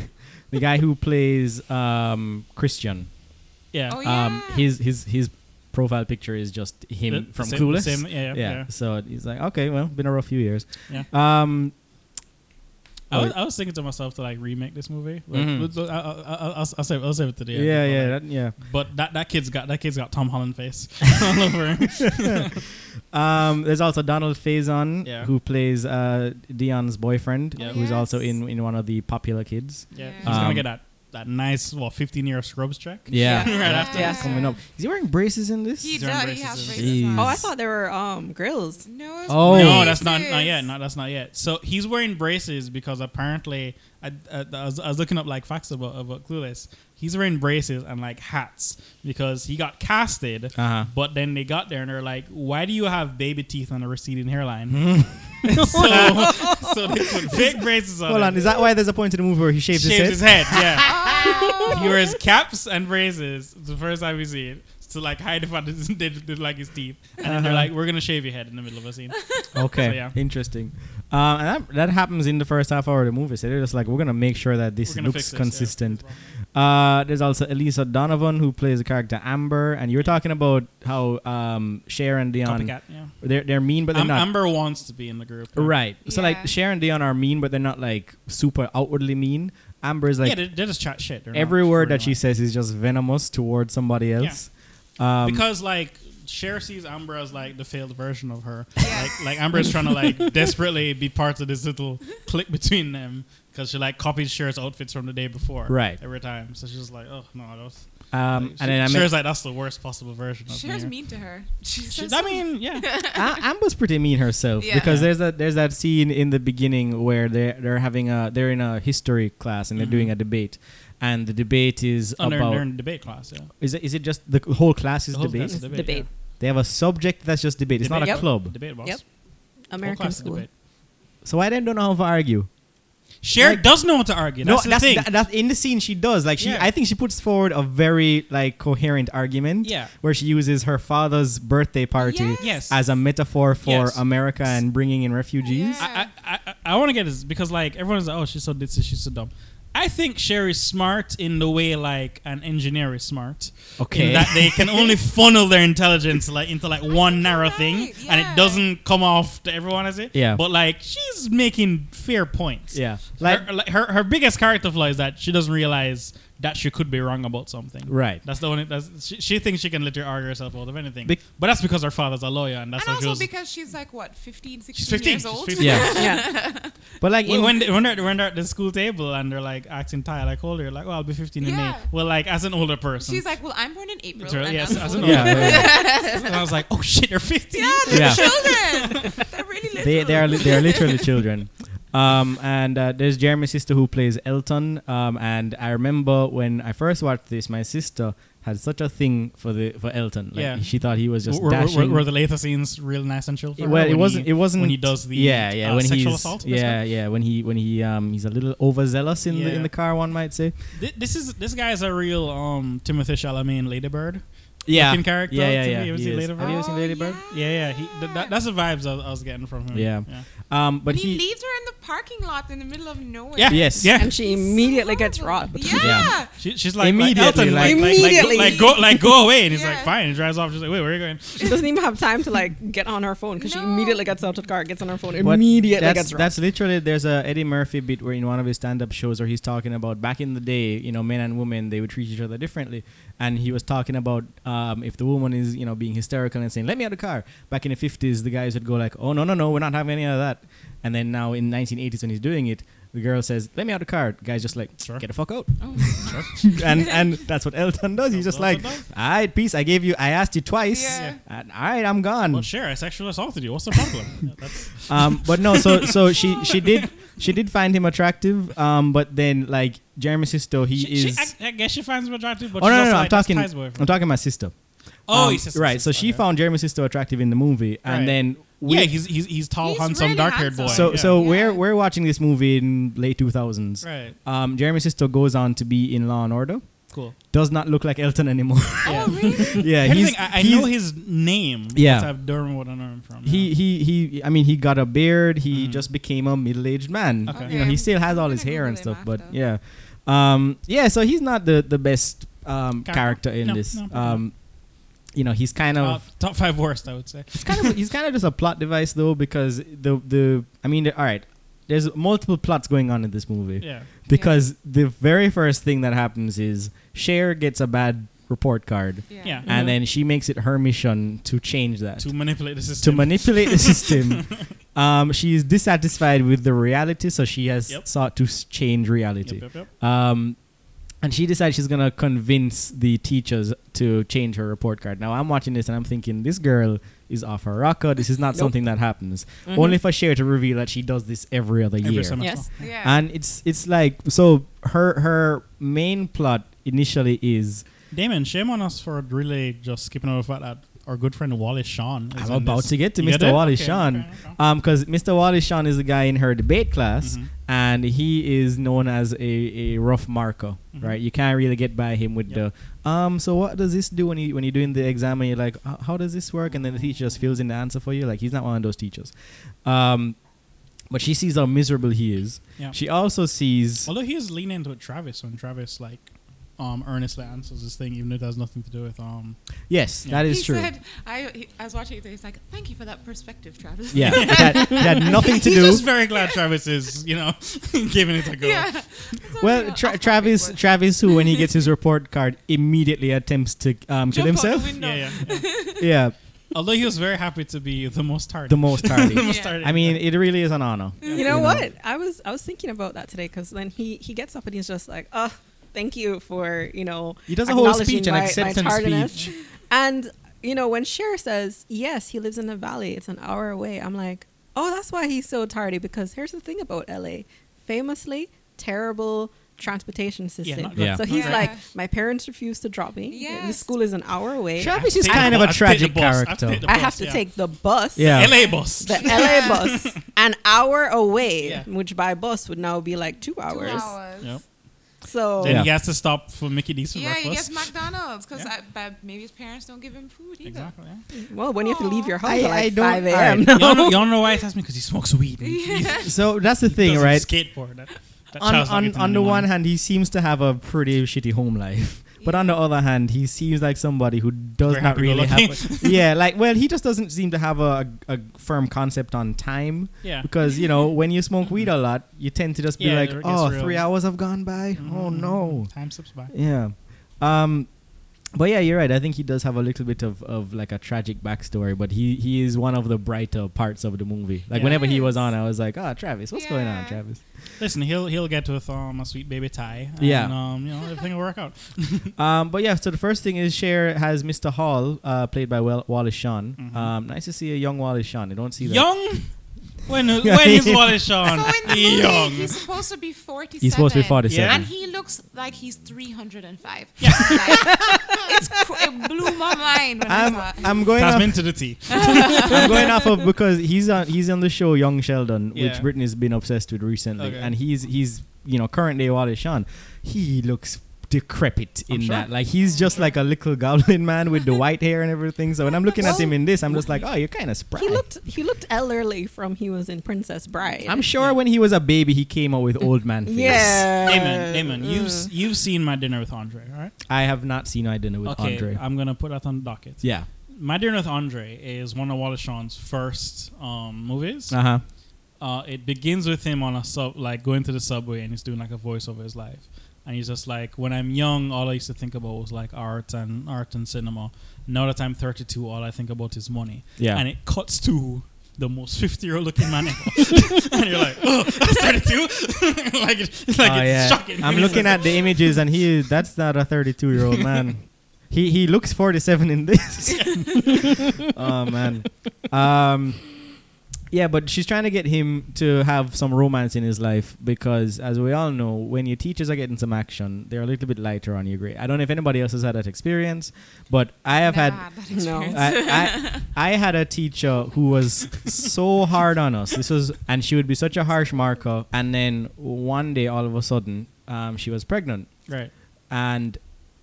the guy who plays um, Christian. yeah. Oh, Um, yeah. his his his profile picture is just him The- the from same- the Clueless. same- yeah, yeah, yeah. So he's like, okay, well, been a rough few years. Yeah. Um, I, was, Oh. I was thinking to myself to like remake this movie. But Mhm. but- but I, will save I'll save it to the yeah, yeah, end. But, like, that- yeah. But that that kid's got that kid's got Tom Holland <laughs> face all over. <laughs> him. Um, there's also Donald Faison, Yeah. who plays uh, Dion's boyfriend, Yeah. who's also Yes. in in one of the popular kids. Yeah, Yeah. he's gonna Um, get that that nice what 15 year Scrubs check. Yeah. Yeah. <laughs> right after. Yeah. That's coming up. Is he wearing braces in this? He He's wearing does. He braces has and- braces on. Jeez. Oh, I thought there were um grills. No. it's Oh. No, that's not not braces. yet. Not that's not yet. So he's wearing braces because apparently I, I, I, was, I was looking up like facts about about Clueless. He's wearing braces and like hats because he got casted. Uh-huh. But then they got there and they're like, "Why do you have baby teeth on a receding Hmm. hairline?" so, <laughs> <laughs> so they put fake braces on. Hold him. on, is that why there's a point in the movie where he shaves, shaves his his head? head. <laughs> Yeah, <laughs> Oh. he wears caps and braces. It's the first time we see it. To like hide the fact <laughs> that they, they like his teeth, and then Uh-huh. they're like, "We're gonna shave your head in the middle of a scene." Okay, So, <laughs> yeah. interesting. Um, and that, that happens in the first half hour of the movie, so they're just like, we're gonna make sure that this We're gonna looks fix this, yeah. consistent. Uh, there's also Elisa Donovan who plays the character Amber, and you were talking about how um, Cher and Dion Copycat, yeah. they're they're mean, but they're Am- not Amber wants to be in the group. right. So Yeah. like Cher and Dion are mean, but they're not like super outwardly mean. Amber is like yeah, they, they just chat shit. They're every not word really that she like- says is just venomous towards somebody else. Um, because like Cher sees Amber as like the failed version of her. Yes. Like like Amber's trying to <laughs> like desperately be part of this little clique between them because she like copies Cher's outfits from the day before. Right. Every time, so she's just like, oh no, that was. um, like, and then I mean, Cher's like that's the worst possible version of Cher's me. mean to her. She She- says I mean, <laughs> yeah. A- Amber's pretty mean herself Yeah. because there's a there's that scene in the beginning where they they're having a they're in a history class and they're Mhm. doing a debate, and the debate is Oh, they're, about they're in debate class. Yeah. is it is it just the whole class is The whole debate? class is Debate. yeah. They have a subject that's just debate. It's not a Debate, club. Debate boss. Yep. Whole American class is school. debate. So I then don't know how to argue. Cher Like- does know how to argue. That's no, the that's thing. tha- that's in the scene she does. Like she, Yeah. I think she puts forward a very like coherent argument. Yeah. where she uses her father's birthday party Yes. yes. as a metaphor for Yes. America and bringing in refugees. Yeah. I, I, I, I want to get this because like everyone's like, oh, she's so ditzy, she's so dumb. I think Sherry's smart in the way like an engineer is smart. Okay. In that they <laughs> can only funnel their intelligence like into like one think Oh, you're narrow right, thing, and yeah. it doesn't come off to everyone as it. Yeah. But like she's making fair points. <laughs> Yeah, Like like her, like, her, her biggest character flaw is that she doesn't realize that she could be wrong about something. right. That's the only. That's, she, she thinks she can literally argue herself out of anything. Bec- but that's because her father's a lawyer, and that's and how she also was. because she's like what 15 16 she's 15. years She's old 15. Yeah, Yeah. but like When, in, <laughs> when, they, when, they're, when they're at the school table and they're like acting tired, like older, like, well, I'll be 15 in May. Yeah. Well, like, as an older person. she's like well i'm born in april It's really- and yes, I'm as old. an older Yeah, yeah. And I was like, oh shit, they're 15. <laughs> yeah they're Yeah. children they're really little they they are li- they are literally children. Um, and uh, there's Jeremy's sister who plays Elton. Um, and I remember when I first watched this, my sister had such a thing for the for Elton. Like, Yeah. she thought he was just Were, were- dashing. were, were the later scenes real nice and chill for her well, it when wasn't. he- it wasn't when he does the yeah, yeah. uh, when sexual he's, assault. and Yeah, stuff? yeah. When he when he um he's a little overzealous in the Yeah. in the car. One might say. Thi- This is this guy is a real um Timothy Chalamet Ladybird. Yeah. Looking character Yeah, yeah, to me. yeah. You ever he seen is. Lady Have you ever Oh, seen Lady Bird? Yeah, yeah. He, th- that, that's the vibes I, I was getting from him. Yeah. yeah. Um, but and he, he. leaves her in the parking lot in the middle of nowhere Yeah, Yes. Yeah. And <laughs> she immediately gets robbed. yeah, Yeah. She, she's like Immediately, like, Elton, like, like- like- like- Immediately. like, go like go away, and he's Yeah. like fine. And drives off. She's like, wait, where are you going? She doesn't even have time to like get on her phone because she No. immediately gets out of the car, gets on her phone, But immediately that's, gets robbed. that's literally there's a Eddie Murphy bit where in one of his stand-up shows where he's talking about back in the day, you know, men and women they would treat each other differently, and he was talking about um, if the woman is you know being hysterical and saying "let me out of the car." Back in the fifties, the guys would go like, "Oh no no no, we're not having any of that," and then now in 1980s when he's doing it, the girl says "let me out of the car," the guy's just like Sure. "get the fuck out," <laughs> Oh, and and that's what Elton does. He's just like, Elton "All does. right, peace. I gave you. I asked you twice. Yeah. And, all right, I'm gone." <laughs> Well, sure, I sexual assaulted you. What's the problem? <laughs> Yeah, That's, Um, but no, so so she she did she did find him attractive. Um, but then like Jeremy Sisto, he she, is. She, I, I guess she finds him attractive, but oh she's no no also no! I'm like, that's talking Ty's I'm boyfriend. talking my sister. Oh, Um, he's his right. So sister, she okay. found Jeremy Sisto attractive in the movie, and Right. then we, yeah, he's he's he's tall, He's handsome, really dark-haired boy. handsome. so yeah. so Yeah. we're we're watching this movie in late 2000s. right, Um, Jeremy Sisto goes on to be in Law and Order. cool. Does not look like Elton anymore. <laughs> Yeah. oh really yeah, Here's the he's, thing, I, I he's- know his name. Yeah. because I've Durham what I know him from. He, he he I mean he got a beard, he Mhm. just became a middle-aged man. Okay. You know, he Okay. still has all I'm his gonna hair Google and him stuff, but after. yeah. Um yeah, so he's not the the best um character Character. in No, this. no, probably um you know, he's kind yeah. of Uh, top five worst, I <laughs> would say. it's kind of he's kind of just a plot device though because the the I mean the, all right, there's multiple plots going on in this movie Yeah, because the very first thing that happens is Cher gets a bad report card yeah, <laughs> yeah. and Mhm. then she makes it her mission to change that To manipulate the to system. manipulate the <laughs> system. Um, she is dissatisfied with the reality, so she has Yep. sought to s- change Yep, reality. yep, yep. Um, And she decides she's gonna convince the teachers to change her report card. Now I'm watching this and I'm thinking, this girl is off her rocker. This is not something that happens. Only for Cher to reveal that she does this every other Mm-hmm. Every year. semester. Yes. Yeah. And it's it's like so her her main plot initially is Damon, shame on us for really just skipping over the fact that our good friend Wallace Shawn. Is I'm in about this. to get to You Mr. it? Wallace Okay, Shawn. okay, okay. Um, because Mr. Wallace Shawn is the guy in her debate class, Mhm. and he is known as a, a rough marker, Mhm. right? You can't really get by him with Yep. the um. So what does this do when you when you're doing the exam and you're like, "H- how does this work? And then the teacher just fills in the answer for you. Like he's not one of those teachers. Um, but she sees how miserable he is. Yeah. She also sees Although he is leaning into it, Travis when Travis like um earnestly answers this thing, even though it has nothing to do with <laughs> um. yes, Yeah. that is he true. said, I, he, I was watching it. He's like, "Thank you for that perspective, Travis." <laughs> yeah, it had, it had <laughs> nothing to He's do. just very glad Travis is you know <laughs> giving it a go. <laughs> yeah. That's all Well, we- tra- off-topic Travis, was. Travis, who when he <laughs> gets his report card, immediately attempts to um, kill Jump out the himself. window. Yeah, yeah, <laughs> yeah. Yeah, Although he was very happy to be the most tardy. the most The tardy. <laughs> most Yeah. tardy. I mean, it really is an honor. You know what? I was I was thinking about that today because then he he gets up and he's just like, oh, thank you for you know He does a whole acknowledging speech, an my- my acceptance tardiness." speech. And you know when Cher says yes, he lives in the valley. It's an hour away. I'm like, oh, that's why he's so tardy. Because here's the thing about LA, famously terrible transportation system. not good. Yeah. So he's Yeah. like, my parents refuse to drop me. The Yes. school is an hour away. Travis I is take kind the of a bus. I have to tragic take the bus. I have character. to take the I have bus, to yeah. take the bus. Yeah. LA bus. <laughs> The LA bus, an hour away, Yeah. which by bus would now be like two Two hours. hours. <laughs> Yep. So Then Yeah. he has to stop for Mickey D's for Yeah, he gets breakfast. McDonald's because Yeah. maybe his parents don't give him food either. Exactly. Yeah. <laughs> Well, when you have to leave your house I- at I like don't- 5 a.m. alright. Y'all, know, y'all know why it has me because he smokes weed. and he- he So that's <laughs> the thing, doesn't right? Skateboard. That, that On child's not on, getting on any the money. one hand, he seems to have a pretty shitty home life. But on the other hand, he seems like somebody who does Very not really have. happy-go-lucky. yeah, like well, he just doesn't seem to have a, a firm concept on time. <laughs> yeah, Mm-hmm. Because you know, when you smoke weed a lot, you tend to just be Yeah, like, it gets "Oh, three real." hours have gone by. Oh Mhm. no." time slips by. Yeah. Um but yeah, you're right. I think he does have a little bit of, of like a tragic backstory, but he, he is one of the brighter parts of the movie. Like Yeah. whenever he was Yes. on, I was like, "Oh, Travis, what's going on, Yeah. Travis?" Listen, he'll he'll get with um a sweet baby Ty. And, Yeah. um, you know everything will work out. Um, but yeah, so the first thing is Cher has Mr. Hall, uh, played by Wel- Wallace Shawn. Mhm. Um, nice to see a young Wallace Shawn. I don't see that. Young. <laughs> When when is Wallace Shawn? So in the movie, Young. he's supposed to be 47. He's supposed to be 47. Yeah. And he looks like he's 305. Yeah. it's cr- it blew my mind when i I'm, saw it. I'm going off, Tasman to <laughs> the T. Uh, I'm <laughs> going off of because he's on he's on the show Young Sheldon, Yeah. which Britney's been obsessed with recently, Okay. and he's he's you know current day Wallace Shawn. He looks decrepit I'm in sure. that, like he's just like a little goblin man with the white hair and everything. So when I'm looking at Well, him in this, I'm just like, oh, you're kind of spry. <laughs> he looked he looked elderly from he was in Princess Bride. I'm sure when he was a baby, he came out with old man face. <laughs> yeah. Damon, Damon, you've uh. Mm. s- you've seen my dinner with Andre, all right? I have not seen I dinner with okay, Andre. I'm gonna put that on the docket. yeah. My dinner with Andre is one of Wallace Shawn's first um movies. Uh huh. uh, it begins with him on a sub, like going to the subway, and he's doing like a voice over his life. And he's just like, when I'm young, all I used to think about was like art and art and cinema. Now that I'm 32, all I think about is money. Yeah. And it cuts to the most 50 year old looking <laughs> man ever. and you're like, oh, that's 32? <laughs> like, it, it's <laughs> like Oh, it's yeah. shocking. I'm It's looking like- at the images, and he is, that's not a 32 year <laughs> old man. He he looks 47 in this. <laughs> oh man. Um, yeah, but she's trying to get him to have some romance in his life because, as we all know, when your teachers are getting some action, they're a little bit lighter on your grade. I don't know if anybody else has had that experience, but I have Never had that <laughs> No. experience. I, I, I had a teacher who was so hard on us. This was, and she would be such a harsh marker. And then one day, all of a sudden, um, she was pregnant, Right. and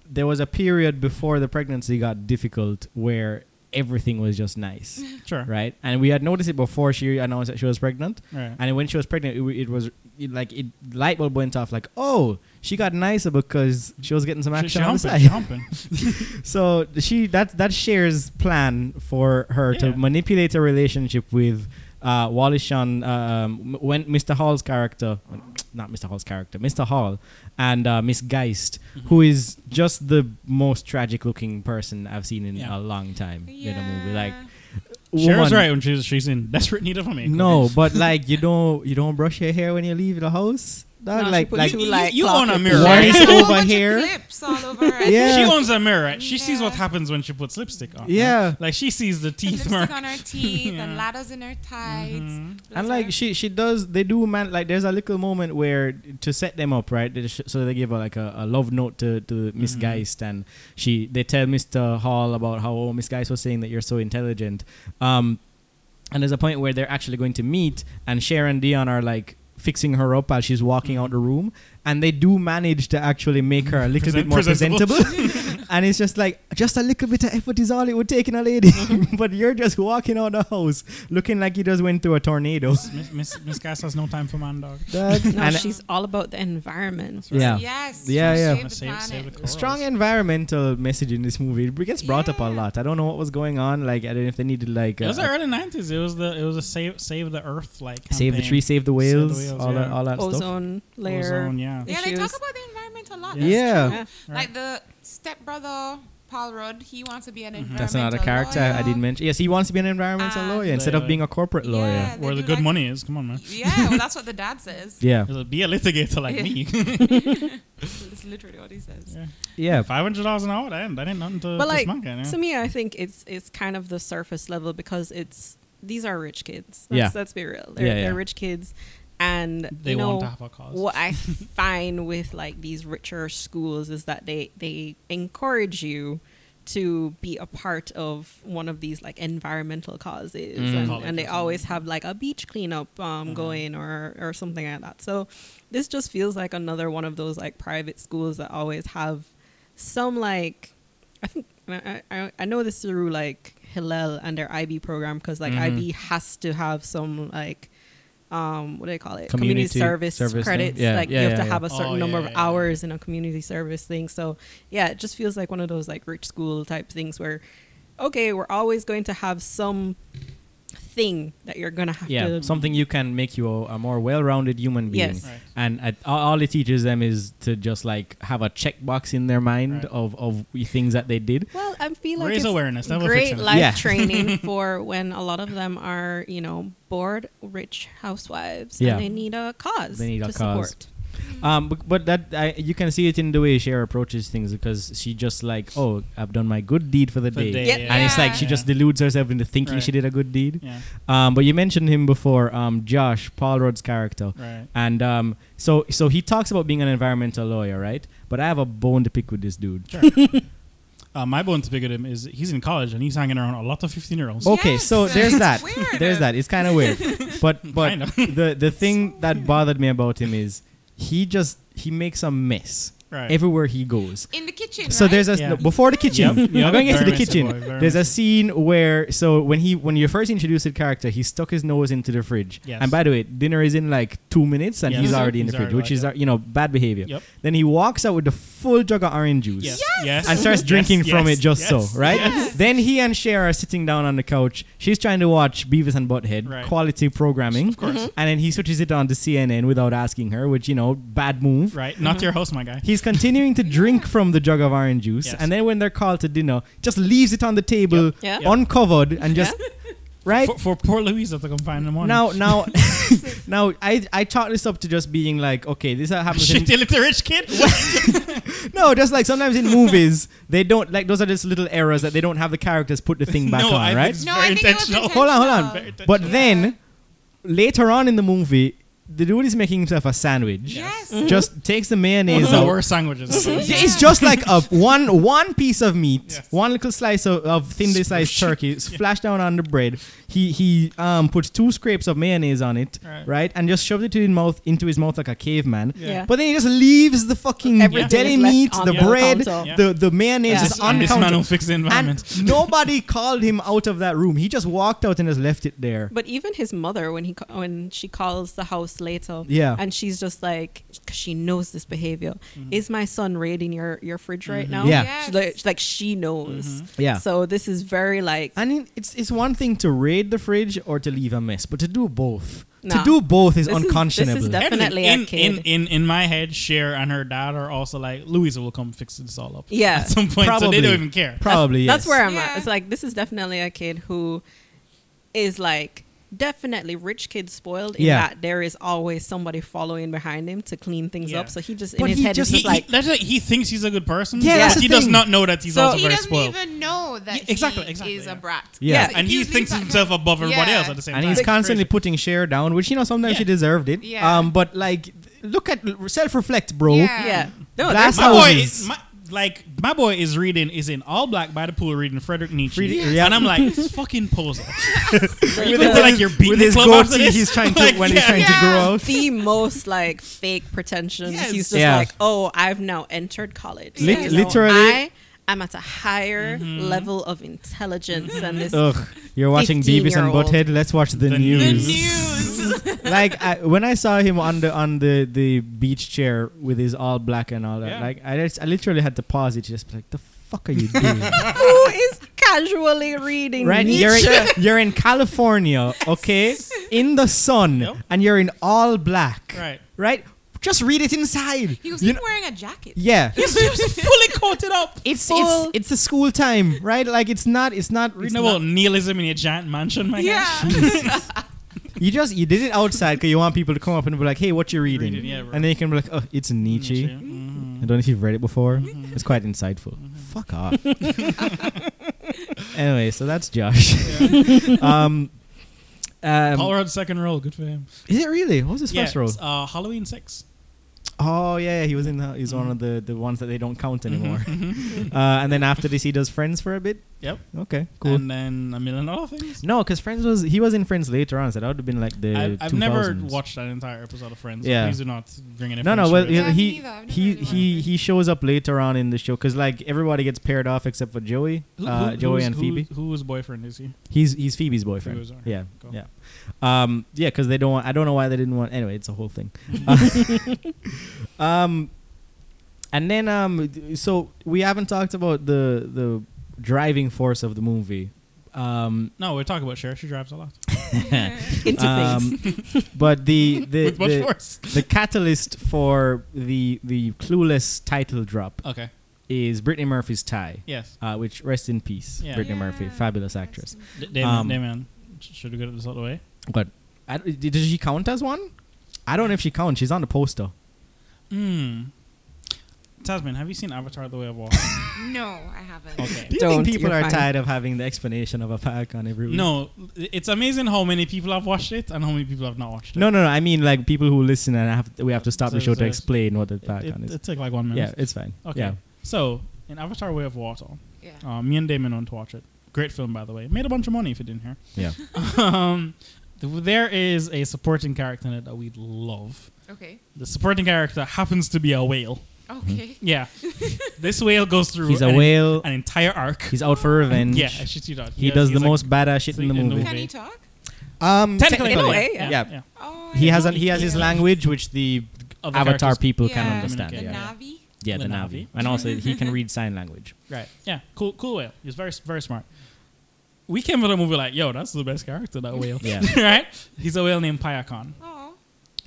there was a period before the pregnancy got difficult where everything was just nice, Sure. Right. right? And we had noticed it before she announced that she was pregnant. Right. And when she was pregnant, it, w- it was it, like it light bulb went off, like oh, she got nicer because she was getting some She- action she on the humping, side. <laughs> she humping. So she that that shares plan for her Yeah. to manipulate a relationship with uh, Wallace Shawn, um, when Mr. Hall's character, not Mr. Hall's character, Mr. Hall and uh, Miss Geist, Mm-hmm. who is just the most tragic looking person I've seen in Yeah. a long time in a movie. Yeah. Like, Cher's woman- right when she's, she's in desperate need of a man. No, but like you don't you don't brush your hair when you leave the house. Dog, No, she like put like two you, you- light you clock own a and- mirror, Why right? is There's <laughs> a whole over bunch of here. clips all over her. Yeah. She owns a mirror. Right? She sees Yeah. what happens when she puts lipstick on. right? Yeah. like she sees the And teeth mark. lipstick on her <laughs> teeth and Yeah. ladders in her tights. Mhm. and like she she does they do man like there's a little moment where to set them up right they sh- so they give her like a, a love note to to miss Mhm. geist and she they tell mr hall about how oh, miss geist was saying that you're so intelligent um and there's a point where they're actually going to meet and sharon and dion are like fixing her up as she's walking out the room and they do manage to actually make her a little Present- bit more presentable. presentable, <laughs> and it's just like just a little bit of effort is all it would take in a lady <laughs> but you're just walking out the house looking like you just went through a tornado <laughs> Miss Miss Miss Cass has no time for man dog. Dog. No, And she's all about the environment. <laughs> Yeah. Yes. Yeah, yeah. Save the Save- planet. save the a coral. strong environmental message in this movie. It gets brought up a Yeah. lot. I don't know what was going on. Like I don't know if they needed like It was the uh, early nineties. It was the it was a save save the earth like save the campaign. tree, save the Save the whales, whales, all that, yeah. all that stuff. Ozone layer. Ozone, yeah. Yeah, they talk Issues. about the environment a lot. Yeah, That's true. Yeah. Right. Like the stepbrother, Paul Rudd, he wants to be an environmental Mm-hmm. That's another character I lawyer. didn't mention. Yes, he wants to be an environmental Ah. lawyer instead of Lawyer. being a corporate Yeah. lawyer. They Where the do good like- money is. Come on, man. Yeah, well, that's what the <laughs> dad says. Yeah, It'll be a litigator like Yeah. me. <laughs> That's literally what he says. yeah, Five hundred dollars an hour. That ain't, that ain't nothing to but this like monkey. Yeah. to me i think it's it's kind of the surface level because it's these are rich kids let's, Yeah. let's be real they're, Yeah, yeah. they're rich kids and they you know, want to have a cause. <laughs> what i find with like these richer schools is that they they encourage you to be a part of one of these like environmental causes Mm. and, College and or they something. Uh-huh. always have like a beach cleanup um, going or or something like that so this just feels like another one of those like private schools that always have some like I think I, I, I know this through like Hillel and their IB program because like Mhm. IB has to have some like um what do they call it Community service, service thing. credits Yeah, like yeah, you have yeah, to yeah. have a certain Oh, number yeah, of yeah, yeah. hours in a community service thing so yeah it just feels like one of those like rich school type things where okay we're always going to have some thing that you're gonna have yeah. to Something you can make you a, a more well-rounded human being. Yes. um, Right. And I, all all it teaches them is to just like have a checkbox in their mind Right. of of things that they did. Well, I feel like Raise it's awareness, that will fix great it. life Yeah. training <laughs> for when a lot of them are, you know, bored, rich housewives, Yeah. and they need a cause They need a to cause. support. Um, but, but that I, you can see it in the way Cher approaches things because she just like, oh, I've done my good deed for the For day, day, Yep. yeah. and it's like she Yeah. just deludes herself into thinking she Right. did a good deed. <laughs> Yeah. Um, but you mentioned him before, um, Josh Paul Rudd's character, Right. and um, so so he talks about being an environmental lawyer, right? But I have a bone to pick with this dude. Sure. uh, my bone to pick at him is he's in college and he's hanging around a lot of fifteen year olds. Oh, Okay, Yes, so it's there's that. weird. <laughs> There's that. It's kind of <laughs> weird, but but Kinda. the the thing that bothered me about him is he just he makes a mess Right. everywhere he goes. In the kitchen. So right? there's a Yeah. before the kitchen. Yep, yep. I'm going into Very the much kitchen. so, very there's much a scene where so when he when you first introduced the character, he stuck his nose into the fridge. Yes. And by the way, dinner is in like two minutes, and Yes. he's Mhm. already in the He's fridge, already which is like uh, you know bad behavior. Yep. Then he walks out with the full jug of orange juice. Yes. Yes. And starts <laughs> Yes, drinking from yes, it just yes, so, right? yes. Then he and Cher are sitting down on the couch. She's trying to watch Beavis and Butthead, Right. quality programming. Of course. Mhm. And then he switches it on to CNN without asking her, which, you know, bad move. Right. Not your host, my guy. He's continuing to drink from the jug of orange juice, Yes. and then when they're called to dinner, just leaves it on the table, Yep. Yeah. Yep. uncovered, and just <laughs> right for, for poor Louisa to come find in the morning. now, <laughs> now, <laughs> now. I I chalk this up to just being like, okay, this happens. in, Shitty little rich <laughs> kid. no, just like sometimes in movies, they don't like those are just little errors that they don't have the characters put the <laughs> thing back no, on, I right? Think it's No, very I think it was intentional. Hold on, hold on. intentional. But Yeah. then later on in the movie, the dude is making himself a sandwich. Yes. Just takes the One mayonnaise <laughs> of the out. worst sandwiches. ever. Yeah, It's just like a one one piece of meat, Yes. one little slice of, of thinly sliced Sploosh. turkey is flashed down on the bread. He he um puts two scrapes of mayonnaise on it, Right. right, and just shoves it to his mouth into his mouth like a caveman. Yeah. Yeah. But then he just leaves the fucking Everything deli is left meat, on the the bread, counter. the the mayonnaise Yeah. is This, on and the this man will counter. fix the <laughs> environment. And nobody called him out of that room. He just walked out and just left it there. But even his mother, when he ca- when she calls the house later, Yeah. and she's just like, because she knows this behavior. Mm-hmm. Is my son raiding your your fridge right now? Yeah. Yes. She's like, she's like, she knows. Mm-hmm. Yeah. So this is very like I mean, it's it's one thing to raid the fridge or to leave a mess, but to do both, Nah. to do both is This is- this is unconscionable. def- Everything. Definitely a in, kid. In, in in my head, Cher and her dad are also like Louisa will come fix this all up. Yeah. At some <laughs> point, so Probably. they don't even care. Probably That's yes. where I'm Yeah. at. It's like this is definitely a kid who is like definitely rich kid spoiled in Yeah. that there is always somebody following behind him to clean things Yeah. up. So he just in But his he head just- is He, just like he, that's like, he thinks he's a good person, Yeah, yeah, that's but the he does thing. not know that he's So- also He He very doesn't spoiled. even know that Yeah, exactly, he exactly, is yeah. a brat. Yeah. Yeah, and he He's thinks being himself above everybody Yeah. else at the same and time. he's constantly Crazy. putting share down, which you know sometimes Yeah. she deserved it. Yeah. Um, but like, th- look at self reflect, bro. Yeah. yeah. No, That's there's- my boy houses. is my, like my boy is reading is in all black by the pool reading Frederick Nietzsche, Fried- Yeah. and I'm like this fucking <laughs> poser. you With gonna his- be like you're beating with the his club after goatee, this? he's <laughs> trying to Like, when he's yeah. trying to Yeah. grow out. the most like fake pretensions. Yes. He's just Yeah. like, oh, I've now entered college. Lit- You literally- I am at a higher level of intelligence than this. <laughs> Ugh, you're watching Beavis and 15-year-old. Butthead. Let's watch the, The The news. <laughs> news. like I, when I saw him on the on the, the beach chair with his all black and all that, Yeah. like I just, I literally had to pause it just be like the fuck are you doing? Who is casually reading right? Nietzsche? You're <laughs> in, you're in California, okay, in the sun, Yep. and you're in all black, Right. Right? Just read it inside. He was You even know- wearing a jacket. yeah. He's, he's fully coated up. It's Full- it's it's the school time, right? Like it's not it's not it's Reading not- about nihilism in a giant mansion, my <laughs> guy. you just you did it outside because you want people to come up and be like, hey, what you reading? Reading, yeah, bro. and then you can be like, oh, it's Nietzsche. Mm-hmm. I don't know if you've read it before. It's quite insightful. Fuck <laughs> off. <laughs> anyway, so that's Josh. <laughs> um, um, Paul Rudd's second role, good for him. is it really? What was his Yeah, first role? it's, Uh, Halloween six. Oh yeah, yeah, he was in. The, he's one of the the ones that they don't count Mm-hmm. anymore. <laughs> uh, and then after this, he does Friends for a bit. Yep. Okay, cool. And then a million other things. no, because Friends was he was in Friends later on, so that would have been like the. I, I've never 2000s. watched that entire episode of Friends. Yeah. Yeah. Please do not bring any. No, no. Friends Well, to it. Yeah, me he neither. I've never he really he watched he shows up later on in the show because like everybody gets paired off except for Joey, Who- uh, who- Joey who's- and who- Phoebe. Whose boyfriend is he? He's he's Phoebe's boyfriend. Phoebe's, alright, yeah, cool. yeah, um, yeah. Because they don't. Want, I don't know why they didn't want. Anyway, it's a whole <laughs> thing. <laughs> um, and then um, so we haven't talked about the the driving force of the movie. Um, No, we're talking about Cher. She drives a lot. into things. um, but the <laughs> the With much the, force. the catalyst for the the clueless title drop Okay. is Brittany Murphy's tie, Yes. uh, which rest in peace, Yeah. Brittany Murphy, Yeah. fabulous actress. D- Damon, Um, Damon should have got this out of the way. But I, did she count as one? I don't know if she counts. She's on the poster. Hmm. Tasman, have you seen Avatar: The Way of <laughs> Water? No, I haven't. Okay. Do you Don't, think people you're are fine. tired of having the explanation of a pack on every week? no, it's amazing how many people have watched it and how many people have not watched it. no, no, no. I mean, like people who listen and I have we have to stop the So- show so- to explain what the It, pack it, on it, is. took like one Yeah, minute. it's fine. Okay. Yeah. So in Avatar: Way of Water, Yeah. Oh. uh, me and Damon went to watch it. Great film, by the way. Made a bunch of money if it didn't hear. <laughs> Yeah. um, th- there is a supporting character in it that we love. Okay. The supporting character happens to be a whale. <laughs> Okay. Yeah. this whale goes through He's a an, whale. an entire arc. He's out for revenge. yeah, I shit you not. He Yes, does he's the like- most badass shit in the in the movie. Can movie. he talk? Um, Technically, technically, yeah. yeah. yeah. Oh, I He has don't an, he has his care. language, which the Other Avatar characters- people can Yeah. understand. The Communicate, Yeah, yeah. Navi. Yeah, the, The Navi. Navi. and also he can read sign language. Right. Yeah. Cool. Cool whale. He's very very smart. We came with a movie like, yo, that's the best character that whale. Yeah. <laughs> right. He's a whale named Pyakon. Oh.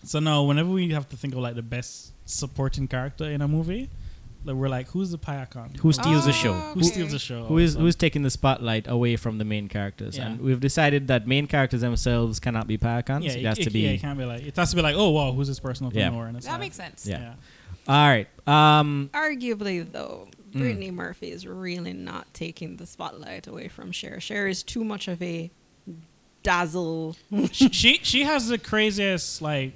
So now, whenever we have to think of like the best supporting character in a movie, like, we're like, who's the Pyakon? Who steals the show? Oh, Who steals the show? Who is So- who is taking the spotlight away from the main characters? Yeah. And we've decided that main characters themselves cannot be Paracons. Yeah, it has to be. yeah, it can't be like it has to be like, oh wow, who's this person up Yeah. yeah. nowhere? And it's That like- makes sense. Yeah. All right. Um, Arguably, though, Mm. Brittany Murphy is really not taking the spotlight away from Cher. Cher is too much of a dazzle. she, she she has the craziest like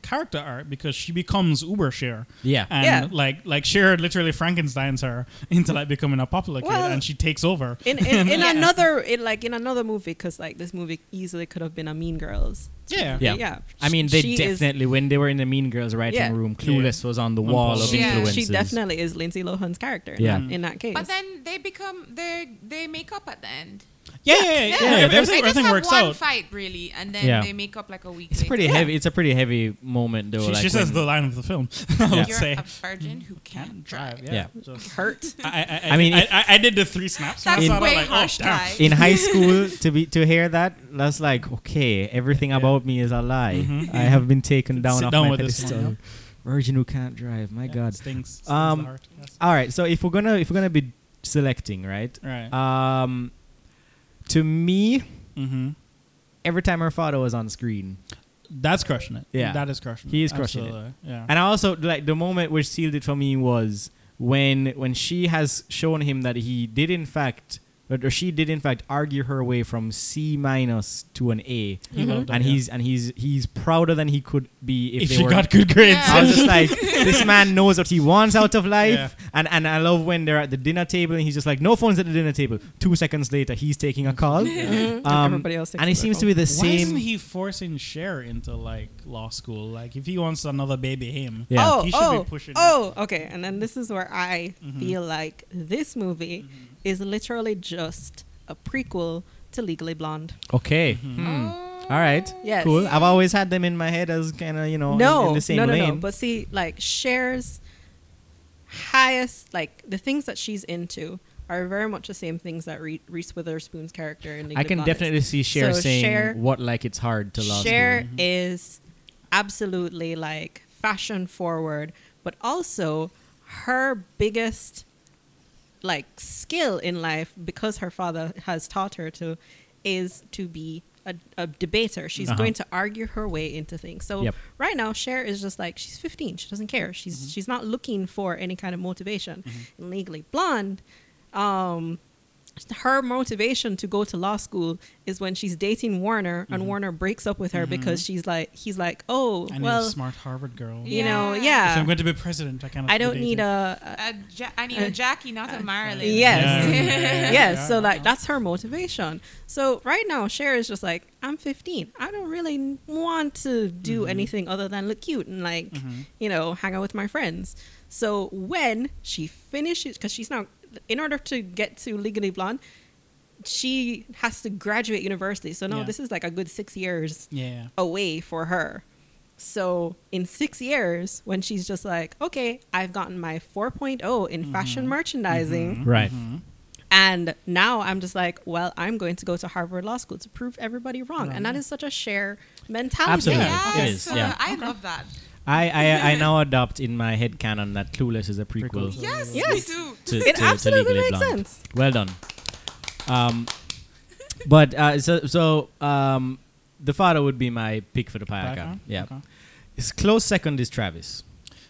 character art because she becomes Uber Cher. yeah. And Yeah. like like Cher literally Frankenstein's her <laughs> into like becoming a popular kid Well- and she takes over. In in, <laughs> in Yeah. another in like in another movie, because like this movie easily could have been a Mean Girls. Yeah. Yeah. yeah. I mean, they She is- definitely when they were in the Mean Girls writing Yeah. room, Yeah. Clueless was on the On wall Paul. of She- Yeah. influences. She definitely is Lindsay Lohan's character. in Yeah. that- in that case. But then they become they they make up at the end. Yeah, yeah, yeah. yeah. Yeah. Everything, they just everything have works one out. fight really, and then Yeah. they make up like a week. It's later. pretty heavy. It's a pretty heavy moment, though. She, like she says when- the line of the film. <laughs> I Yeah. would You're say a virgin who can't can't drive. drive. Yeah. Yeah. Just- hurt. I, I, I, I mean, I, if- I, I did the three snaps. That's so I was way like, oh, harsh, damn. Ty. in <laughs> high school to be to hear that that's like okay everything Yeah. about me is a lie Mhm. i have been taken down Sit off down my with this one, pedestal virgin who can't drive my Yeah, god Stings. stings Um, the heart. Yes. all right so if we're gonna if we're gonna be uh, selecting right Right. um to me mm-hmm. every time her father was on screen. That's crushing it. Yeah. that is crushing. He it. is crushing it. Absolutely. Yeah, And I also like the moment which sealed it for me was when when she has shown him that he did in fact or she did in fact argue her way from C minus to an A. He loved it, And yeah. he's and he's he's prouder than he could be if, if they she were got good grades. I was just <laughs> <laughs> like, this man knows what he wants out of life. And and I love when they're at the dinner table and he's just like, no phones at the dinner table. Two seconds later, he's taking a call. Mhm. Um, Everybody else takes and their it seems to phone. be the Why same. isn't he forcing Cher into like law school? Like, if he wants another baby, him. yeah. Oh, He should be oh, pushing it. oh, okay. And then this is where I Mhm. feel like this movie Mm-hmm. is literally just a prequel to Legally Blonde. Okay. Hmm. All right. Yes. Cool. I've always had them in my head as kind of you know in- no, in, the same no, no, lane. no. But see, like shares highest, like the things that she's into are very much the same things that Re- Reese Witherspoon's character in. I can definitely see Cher So saying Cher- what like it's hard to Mm-hmm. love. Share is absolutely like fashion forward, but also her biggest like skill in life because her father has taught her to is to be a, a debater. She's Uh-huh. going to argue her way into things. So Yep. Mm-hmm. right now, Cher is just like she's 15. She doesn't care. She's she's not looking for any kind of motivation. In Legally Blonde, um, her motivation to go to law school is when she's dating Warner and Warner breaks up with her because she's like he's like oh Mm-hmm. I need well a smart Harvard girl. you know Yeah. yeah If I'm going to be president, I cannot. I don't need a, a A uh, ja- I need a Jackie, not a Marilyn. Yes. Yeah. Yeah. yes. Yeah. So like that's her motivation. So right now Cher is just like, I'm 15. I don't really want to do Mm-hmm. anything other than look cute and like, you know, hang out with my friends. So when she finishes, because she's now, in order to get to Legally Blonde, she has to graduate university. So now Yeah. this is like a good six years Yeah. away for her. So in six years, when she's just like, okay, I've gotten my 4.0 in Mm-hmm. fashion merchandising. Right. And now I'm just like, well, I'm going to go to Harvard Law School to prove everybody wrong. And that is such a share mentality. Absolutely. Yes. It is, yeah. I love that. I, I I now adopt in my head canon that Clueless is a prequel. Ah, Prequel. Yes, Yes. we do. To, It to- to absolutely Legally makes Blonde. sense. Well done. Um, but uh, so so um, the father would be my pick for the pie Back icon. on? Yeah. Okay. His close second is Travis.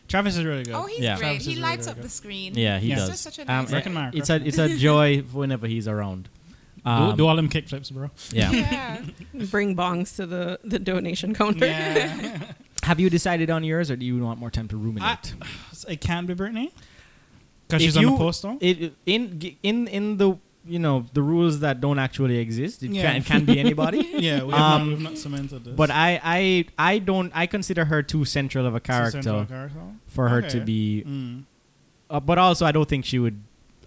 Travis is really good. Oh, he's Yeah. great. Travis He is lights really up good. the screen. Yeah, he Yeah. does. He's just such a nice Rick and guy. Um, eh, Morty. it's a it's <laughs> a joy whenever he's around. do, Um, do all them kickflips, <laughs> bro. yeah. <laughs> Yeah. Bring bongs to the, the donation counter. Yeah. <laughs> Have you decided on yours, or do you want more time to I, ruminate? it can be Britney. Because If she's on you- the postal. it in g- in in the you know the rules that don't actually exist. It Yeah. can it can be <laughs> anybody. yeah, we have, Um, not, we have not cemented this. But I, I I don't I consider her too central of a It's a character central character. for her to Okay. be. Mm. Uh, but also, I don't think she would.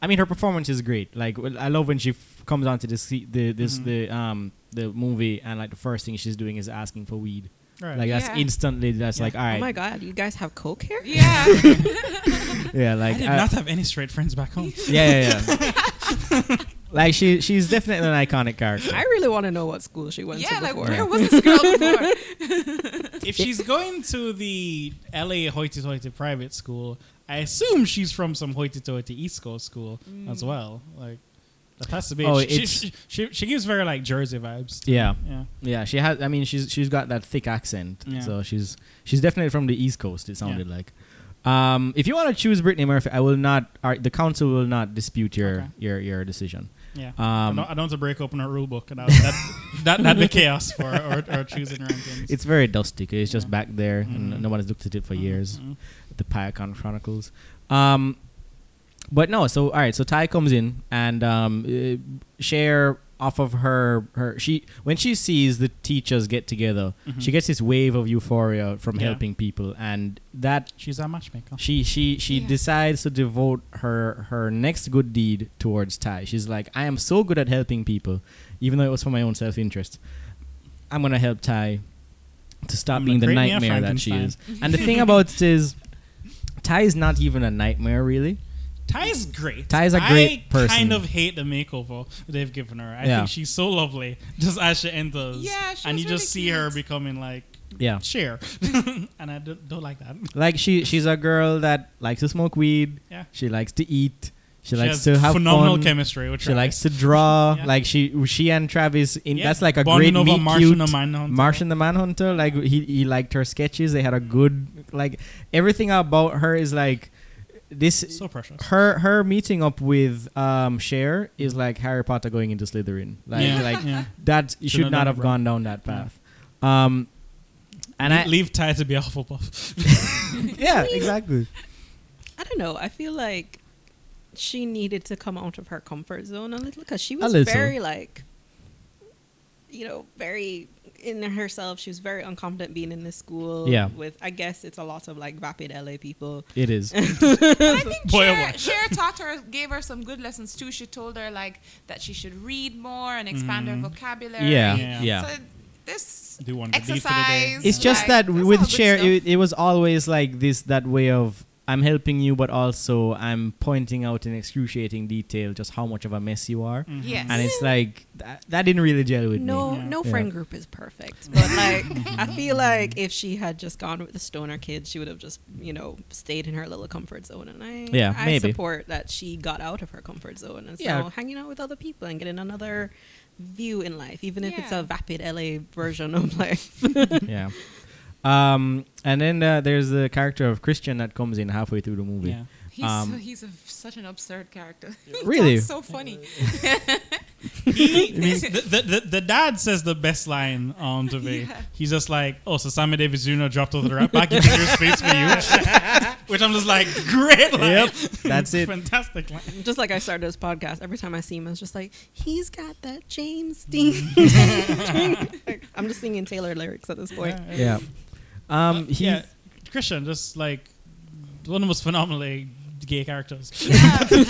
I mean, her performance is great. Like well, I love when she f- comes onto the se- the this Mhm. the um the movie and like the first thing she's doing is asking for weed. Right. Like that's Yeah. instantly. That's Yeah. like all right. <laughs> Oh my God, you guys have Coke here? Yeah. Yeah, I like did I- not have any straight friends <laughs> back home. yeah, yeah, yeah. <laughs> like she she's definitely an iconic character. I really want to know what school she went yeah, to like before. where was this girl before? if she's going to the LA hoity-toity private school, I assume she's from some hoity-toity East Coast school as well. Like that has to be. Mm. Oh, she, she, it's- she, she, she gives very like Jersey vibes. to Yeah. me. yeah. Yeah, she has. I mean, she's she's got that thick accent, Yeah. so she's she's definitely from the East Coast. It sounded like. Um, if you want to choose Brittany Murphy, I will not. ar- the council will not dispute your Okay. your your decision. Yeah. I, Um, don't, I don't want to break open her rule book, and <laughs> that that that that'd be chaos for our, our, our choosing rankings. It's very dusty. 'cause It's just Yeah. back there, Mhm. and no one has looked at it for years. Mhm. The Pyacon Chronicles. Um, but no, so all right, so Ty comes in and um, uh, share off of her her she when she sees the teachers get together, Mhm. she gets this wave of euphoria from Yeah. helping people, and that She's our matchmaker. she she she Yeah. decides to devote her her next good deed towards Ty. She's like, I am so good at helping people, even though it was for my own self interest. I'm gonna help Ty to stop I'm being the gonna create me a nightmare that she is. Frankenstein. And the thing <laughs> about it is, Ty is not even a nightmare really. Ty is great. Ty is a great I person. kind of hate the makeover they've given her. I Yeah. think she's so lovely <laughs> just as she enters. Yeah, she and was you just really see her cute. becoming like Yeah, share, <laughs> and <laughs> I don't, don't like that. like she she's a girl that likes to smoke weed. Yeah. She likes to eat. She, likes to have phenomenal fun. chemistry. Which She likes to draw. Yeah. Like she, she and Travis. In, That's like a great meet Martian cute. Martian the Manhunter, like he, he liked her sketches. They had a good like everything about her is like this. So precious. Her her meeting up with um Cher is like Harry Potter going into Slytherin. Like yeah, like yeah. that should, have not, done it, have bro. gone down that path. Um, and And I leave Ty to be a Hufflepuff. <laughs> <laughs> yeah exactly. I don't know. I feel like she needed to come out of her comfort zone a little because she A was little. very like, you know, very in herself. She was very unconfident being in this school. Yeah. With I guess it's a lot of like vapid LA people. It <laughs> is. But I think Boy, oh Cher, boy. Cher taught her, gave her some good lessons too. She told her like that she should read more and expand her Mm. vocabulary. yeah Yeah. yeah. So this Do one good deed for the day. exercise. It's just like, that that's all with good Cher, stuff. it, it was always like this that way of I'm helping you, but also I'm pointing out in excruciating detail just how much of a mess you are. Mhm. Yes. Mm-hmm. And it's like that, that didn't really gel with no, me. Yeah. no Yeah. friend group is perfect, but like I feel like if she had just gone with the stoner kids, she would have just you know stayed in her little comfort zone. And I Yeah, I maybe. support that she got out of her comfort zone and Yeah. now hanging out with other people and getting another view in life, even if it's Yeah. a vapid LA version of life. <laughs> yeah. Um, and then uh, there's the character of Christian that comes in halfway through the movie. Yeah. He's Um, so, he's a, such an absurd character. <laughs> He Really? talks so <laughs> funny. <laughs> <laughs> the, the, the, the dad says the best line on to me. Yeah. He's just like, oh, so Sammy Davis Jr. dropped all the rap back into your space for you. <laughs> Which I'm just like, great line. Yep, that's <laughs> it. Fantastic line. just like I started this podcast, every time I see him, I was just like, he's got that James Dean. Mm-hmm. <laughs> <laughs> Like, I'm just singing Taylor lyrics at this point. Yeah. Um, he, yeah. Christian, just like one of the most phenomenally gay characters. <laughs> Yeah. his,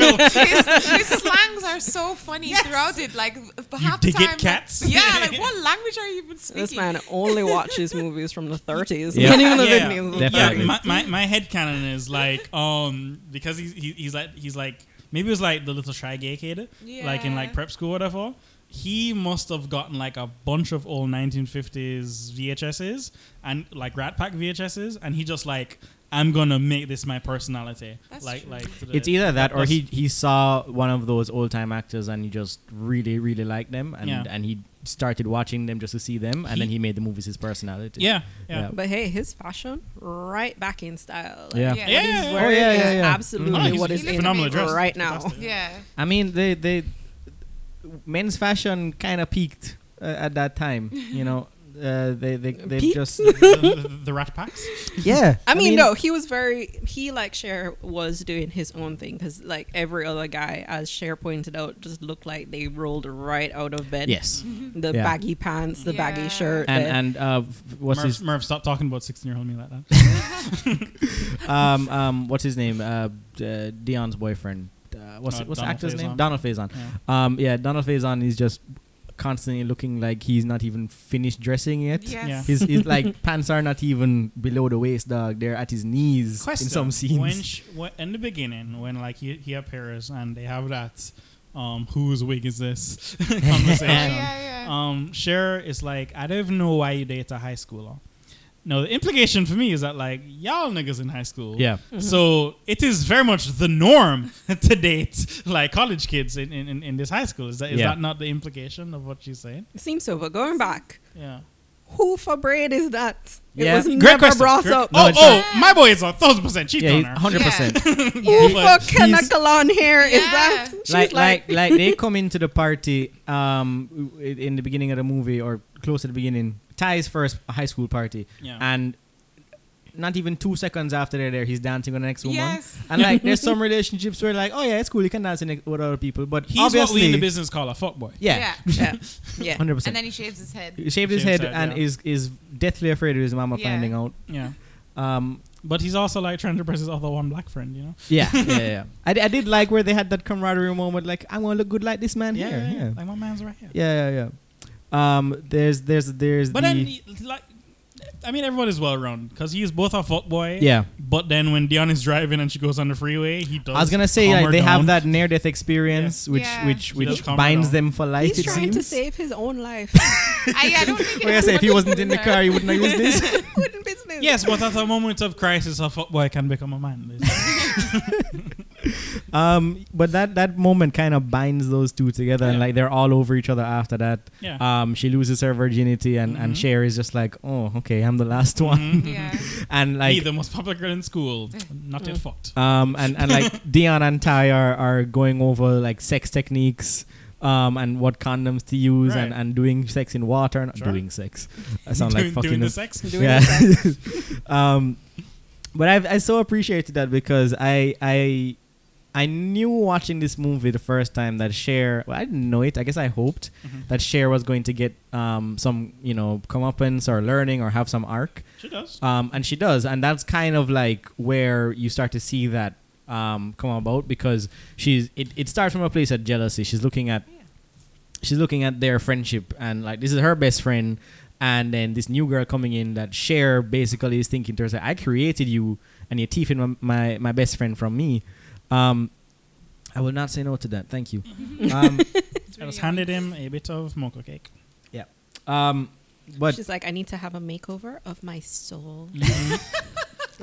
his slangs are so funny throughout it. Like half the dig it, time, cats? <laughs> <laughs> Yeah, like what language are you even speaking? This man only watches movies from the 30s. Yeah. Not <laughs> even the yeah, videos. yeah. yeah, Definitely. my, my, my head canon is like um because he's he, he's like he's like maybe it was like the little shy gay kid like in like Yeah. prep school or whatever. He must have gotten like a bunch of old 1950s VHSs and like Rat Pack VHSs, and he just like I'm gonna make this my personality. That's like true. like to the- it's either that or that's- he, he saw one of those old time actors and he just really really liked them and Yeah. and he started watching them just to see them and He- then he made the movies his personality. yeah yeah. Yeah. But hey, his fashion, right back in style. Like, Yeah. Yeah. What he's Yeah, yeah, wearing Oh, yeah, is yeah, yeah. Oh, absolutely he's- what is he's in phenomenally dressed. right now. Fantastic. Yeah. I mean, they they men's fashion kind of peaked uh, at that time. You <laughs> know, uh, they they they Peaked? <laughs> just the, the, the Rat Packs. yeah. I mean, no, he was very, he like Cher was doing his own thing because like every other guy, as Cher pointed out, just looked like they rolled right out of bed. <laughs> Yes, The Yeah. baggy pants, the Yeah. baggy shirt. and the- and uh, what's Merv, his Merv, stop talking about 16 year old me like <laughs> that. um um what's his name uh, D- uh Dion's boyfriend. Uh, what's Oh, it, what's the Donald actor's name? Faison. Donald Faison. Yeah. Um, yeah, Donald Faison is just constantly looking like he's not even finished dressing yet. Yes. Yeah. His, <laughs> his like pants are not even below the waist, dog. They're at his knees Question. in some scenes. When sh- when, in the beginning, when like he, he appears and they have that um, whose wig <laughs> is this <laughs> Oh, conversation, yeah, yeah. um, Cher is like, I don't even know why you date a high schooler. No, the implication for me is that like y'all niggas in high school. yeah, So it is very much the norm <laughs> to date like college kids in, in, in- in this high school. Is that is Yeah. that not the implication of what she's saying? it seems so, but going back, Yeah. who for braid is that? Yeah. It was Great never question. brought Great- up. No, oh, it's oh, my boy is a thousand percent cheat yeah, on he's <laughs> her. hundred percent. Oh, Who for But he's- Kanaka long hair is Yeah. that? She's like, like, like they come into the party um, i- in the beginning of the movie or close to the beginning. Ty's first high school party, Yeah. and not even two seconds after they're there, he's dancing with the next woman. Yes. And like, there's some relationships where like, oh yeah, it's cool, you can dance in it with other people, but He's obviously, what we in the business call a fuckboy. <laughs> yeah, yeah, yeah. hundred And percent. then he shaves <laughs> his head. He shaved his Shaves head head, and yeah. is is deathly afraid of his mama Yeah. finding out. Yeah. Um, But he's also like trying to impress his other one black friend, you know? yeah, yeah, yeah. <laughs> yeah. I, di- I did like where they had that camaraderie moment, like I'm gonna look good like this man here. Yeah, Like my man's right here. yeah, yeah. yeah. Um, there's, there's, there's. But the, then, he- like, I mean, everyone is well rounded because he is both a fuckboy. Yeah. But then when Dion is driving and she goes on the freeway, he does. I was gonna say calm like her they have down. that near death experience, which Yeah. which She which does calm her binds down. them for life. He's it trying seems. to save his own <laughs> life. I, I don't think. it Well, I say if he would- wasn't in the car, he would not use <laughs> this. Wouldn't business. <laughs> Yes, but at a moment of crisis, a fuckboy can become a man. um, but that that moment kind of binds those two together, and Yeah. like they're all over each other after that. Yeah. Um, she loses her virginity, and and Mhm. Cher is just like, oh, okay, I'm the last one, <laughs> Mhm. yeah. and Me, like. the most popular girl in school, not yet fucked. Um, and, and <laughs> like Dion and Ty are, are going over like sex techniques um, and what condoms to use and, Right. and doing sex in water and Sure. doing sex. I sound <laughs> doing, like fucking doing the sex. <laughs> Doing yeah. <laughs> it. um, but I I so appreciated that because I I I knew watching this movie the first time that Cher. Well, I didn't know it. I guess I hoped Mhm. that Cher was going to get um some you know comeuppance or learning or have some arc. She does. Um, and she does, and that's kind of like where you start to see that um come about because she's it, it starts from a place of jealousy. She's looking at she's looking at their friendship and like this is her best friend and then this new girl coming in that share basically is thinking to herself i created you and you're thieving my, my, my best friend from me um, i will not say no to that thank you um, It's I really was handed him a bit of mocha cake. yeah um, but She's like, I need to have a makeover of <laughs> my soul.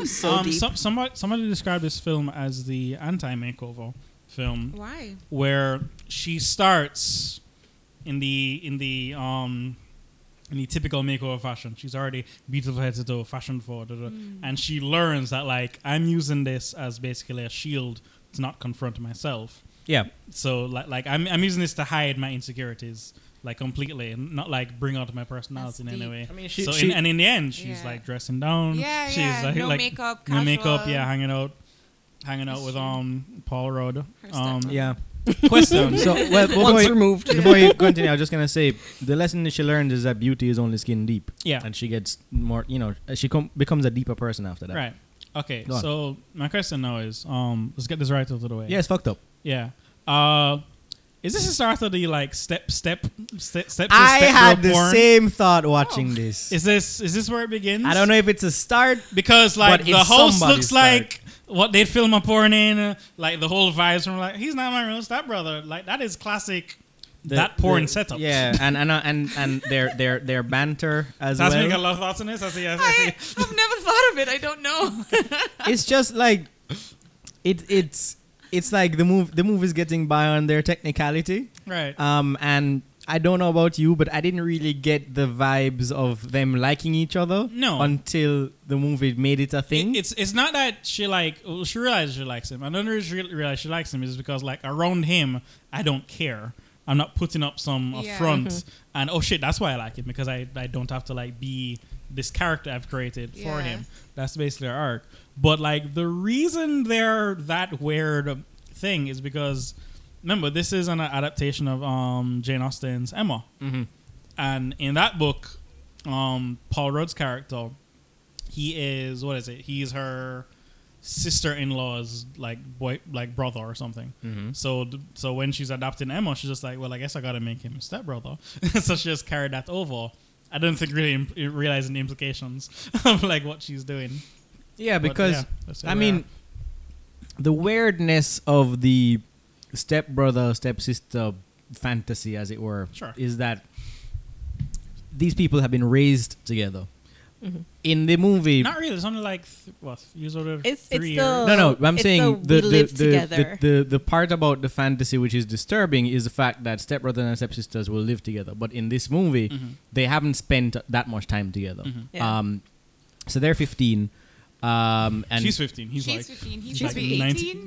so um, some, somebody, somebody described this film as the anti-makeover film. Why? where she starts in the in the um in the typical makeover fashion. She's already beautiful head to toe, fashion forward, da, da, da. Mm. and she learns that like I'm using this as basically a shield to not confront myself. yeah So like like I'm I'm using this to hide my insecurities. Like completely, not like bring out my personality in That's any deep. way. I mean, she- so she- in, and in the end, she's Yeah. like dressing down. Yeah, she's yeah. Like, no like, makeup. no Casual. makeup. Yeah, hanging out, hanging out Is with she- um Paul Rudd. Her Um, stepmom. yeah question. <laughs> so well, before, you, <laughs> removed. before you continue i was just going to say the lesson that she learned is that beauty is only skin deep Yeah. and she gets more you know she com- becomes a deeper person after that Right. Okay. Go on. So my question now is, um, let's get this right out of the way. yeah it's fucked up Yeah. Uh, is this the start of the like step step step step? i step had girl the porn? same thought watching this Is this is this where it begins? I don't know if it's a start. because like But the it's host somebody's looks like what they'd film a porn in. uh, Like the whole vibes from like he's not my real stepbrother. Like that is classic. that porn the- setup. Yeah, and and uh, and and their their their banter as That's making a well. lot of thoughts on this. I see. I see. I I, see. I've never thought of it. I <laughs> don't know. It's just like it it's it's like the move the move is getting by on their technicality. Right. Um and I don't know about you, but I didn't really get the vibes of them liking each other No. until the movie made it a thing. It- it's it's not that she like well, she realizes she likes him. Another reason she realizes she likes him is because like around him, I don't care. I'm not putting up some Yeah. affront and oh shit, that's why I like him because I I don't have to like be this character I've created for Yeah. him. That's basically her arc. But like the reason they're that weird thing is because remember this is an adaptation of um Jane Austen's Emma. Mhm. And in that book, um, Paul Rudd's character, he is what is it? He's her sister-in-law's like boy, like brother or something. Mm-hmm. So, th- so when she's adopting Emma, she's just like, well, I guess I gotta make him a stepbrother. <laughs> so she just carried that over. I don't think really imp- realizing the implications <laughs> of like what she's doing. yeah, But, because yeah, that's I where- mean, the weirdness of the stepbrother, stepsister fantasy, as it were, Sure. is that these people have been raised together. In the movie, not really. It's only like th- what? You sort of It's- it's three the- years. no, no. I'm It's saying the the we the, live the, the, together. the the part about the fantasy which is disturbing is the fact that stepbrother and stepsisters will live together, but in this movie, Mm-hmm. they haven't spent that much time together. Yeah. Um, so they're 15, um, and she's 15. He's She's like 15. He's he's like like 18,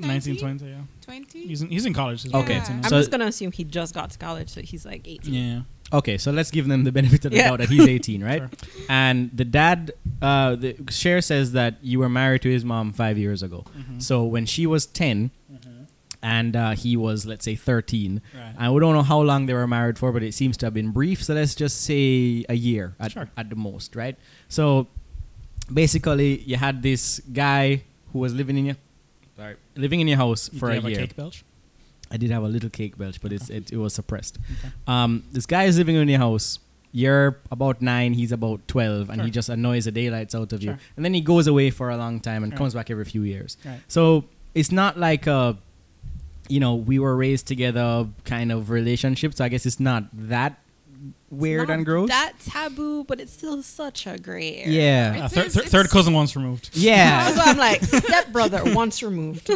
19, 19, 20. 20, Yeah, he's in, he's in college. He's Okay. like 18 I'm now. So- just gonna assume he just got to college, so he's like 18. yeah. Okay, so let's give them the benefit of the Yeah. doubt that he's 18, right? <laughs> Sure. And the dad, uh, the, Cher says that you were married to his mom five years ago. Mm-hmm. So when she was 10 and uh, he was, let's say, 13, Right. and we don't know how long they were married for, but it seems to have been brief. So let's just say a year at, Sure. at the most, right? So basically, you had this guy who was living in your, sorry, living in your house You for a have year. cake belch? I did have a little cake belch, but it's, it, it was suppressed. Um, this guy is living in your house. You're about nine, he's about 12, and he Sure. just annoys the daylights out of you. Sure. And then he goes away for a long time and Right. comes back every few years. Right. So it's not like a, you know, we were raised together kind of relationship. So I guess it's not that weird and gross. That taboo, but it's still such a gray area. yeah. Uh, It's- thir- it's- thir- third it's- cousin once removed. Yeah. <laughs> That's why I'm like stepbrother once removed.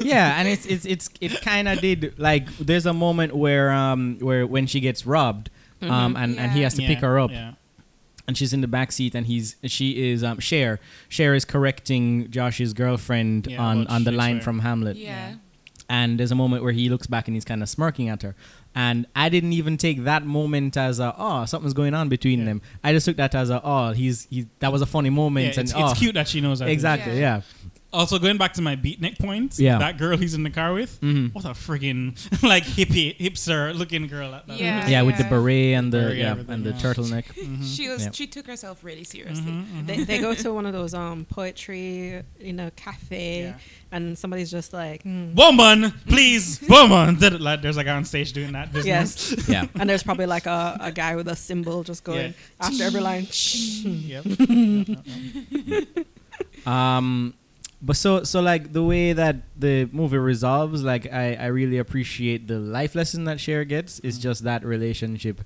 yeah, and it's it's it's it kind of did like there's a moment where um where when she gets robbed um and and he Yeah. has to Mm-hmm. Yeah, pick her up Yeah. and she's in the back seat and he's she is um Cher Cher is correcting Josh's girlfriend Yeah, on about on the line Shakespeare. from Hamlet Yeah. and there's a moment where he looks back and he's kind of smirking at her and I didn't even take that moment as a oh something's going on between Yeah. them I just took that as a oh he's he that was a funny moment Yeah, it's, and it's oh cute that she knows that. exactly Yeah. yeah. Also, going back to my beatnik point, Yeah. that girl he's in the car with, Mhm. what a friggin' <laughs> like hippie hipster looking girl at that. Yeah. yeah with the yeah. beret and the Beret, yeah everything, and the yeah. turtleneck <laughs> She was. Mm-hmm. Yeah. Mm-hmm. She took herself really seriously. they, they go to one of those um poetry, you know, cafe, Yeah. and somebody's just like, mm. Woman, please, <laughs> woman. Did it like there's a guy on stage doing that business. <laughs> yes. yeah And there's probably like a, a guy with a symbol just going after every line. Yep. <laughs> Yep, yep, yep. Um, but so so like the way that the movie resolves, like I I really appreciate the life lesson that Cher gets. It's just that relationship.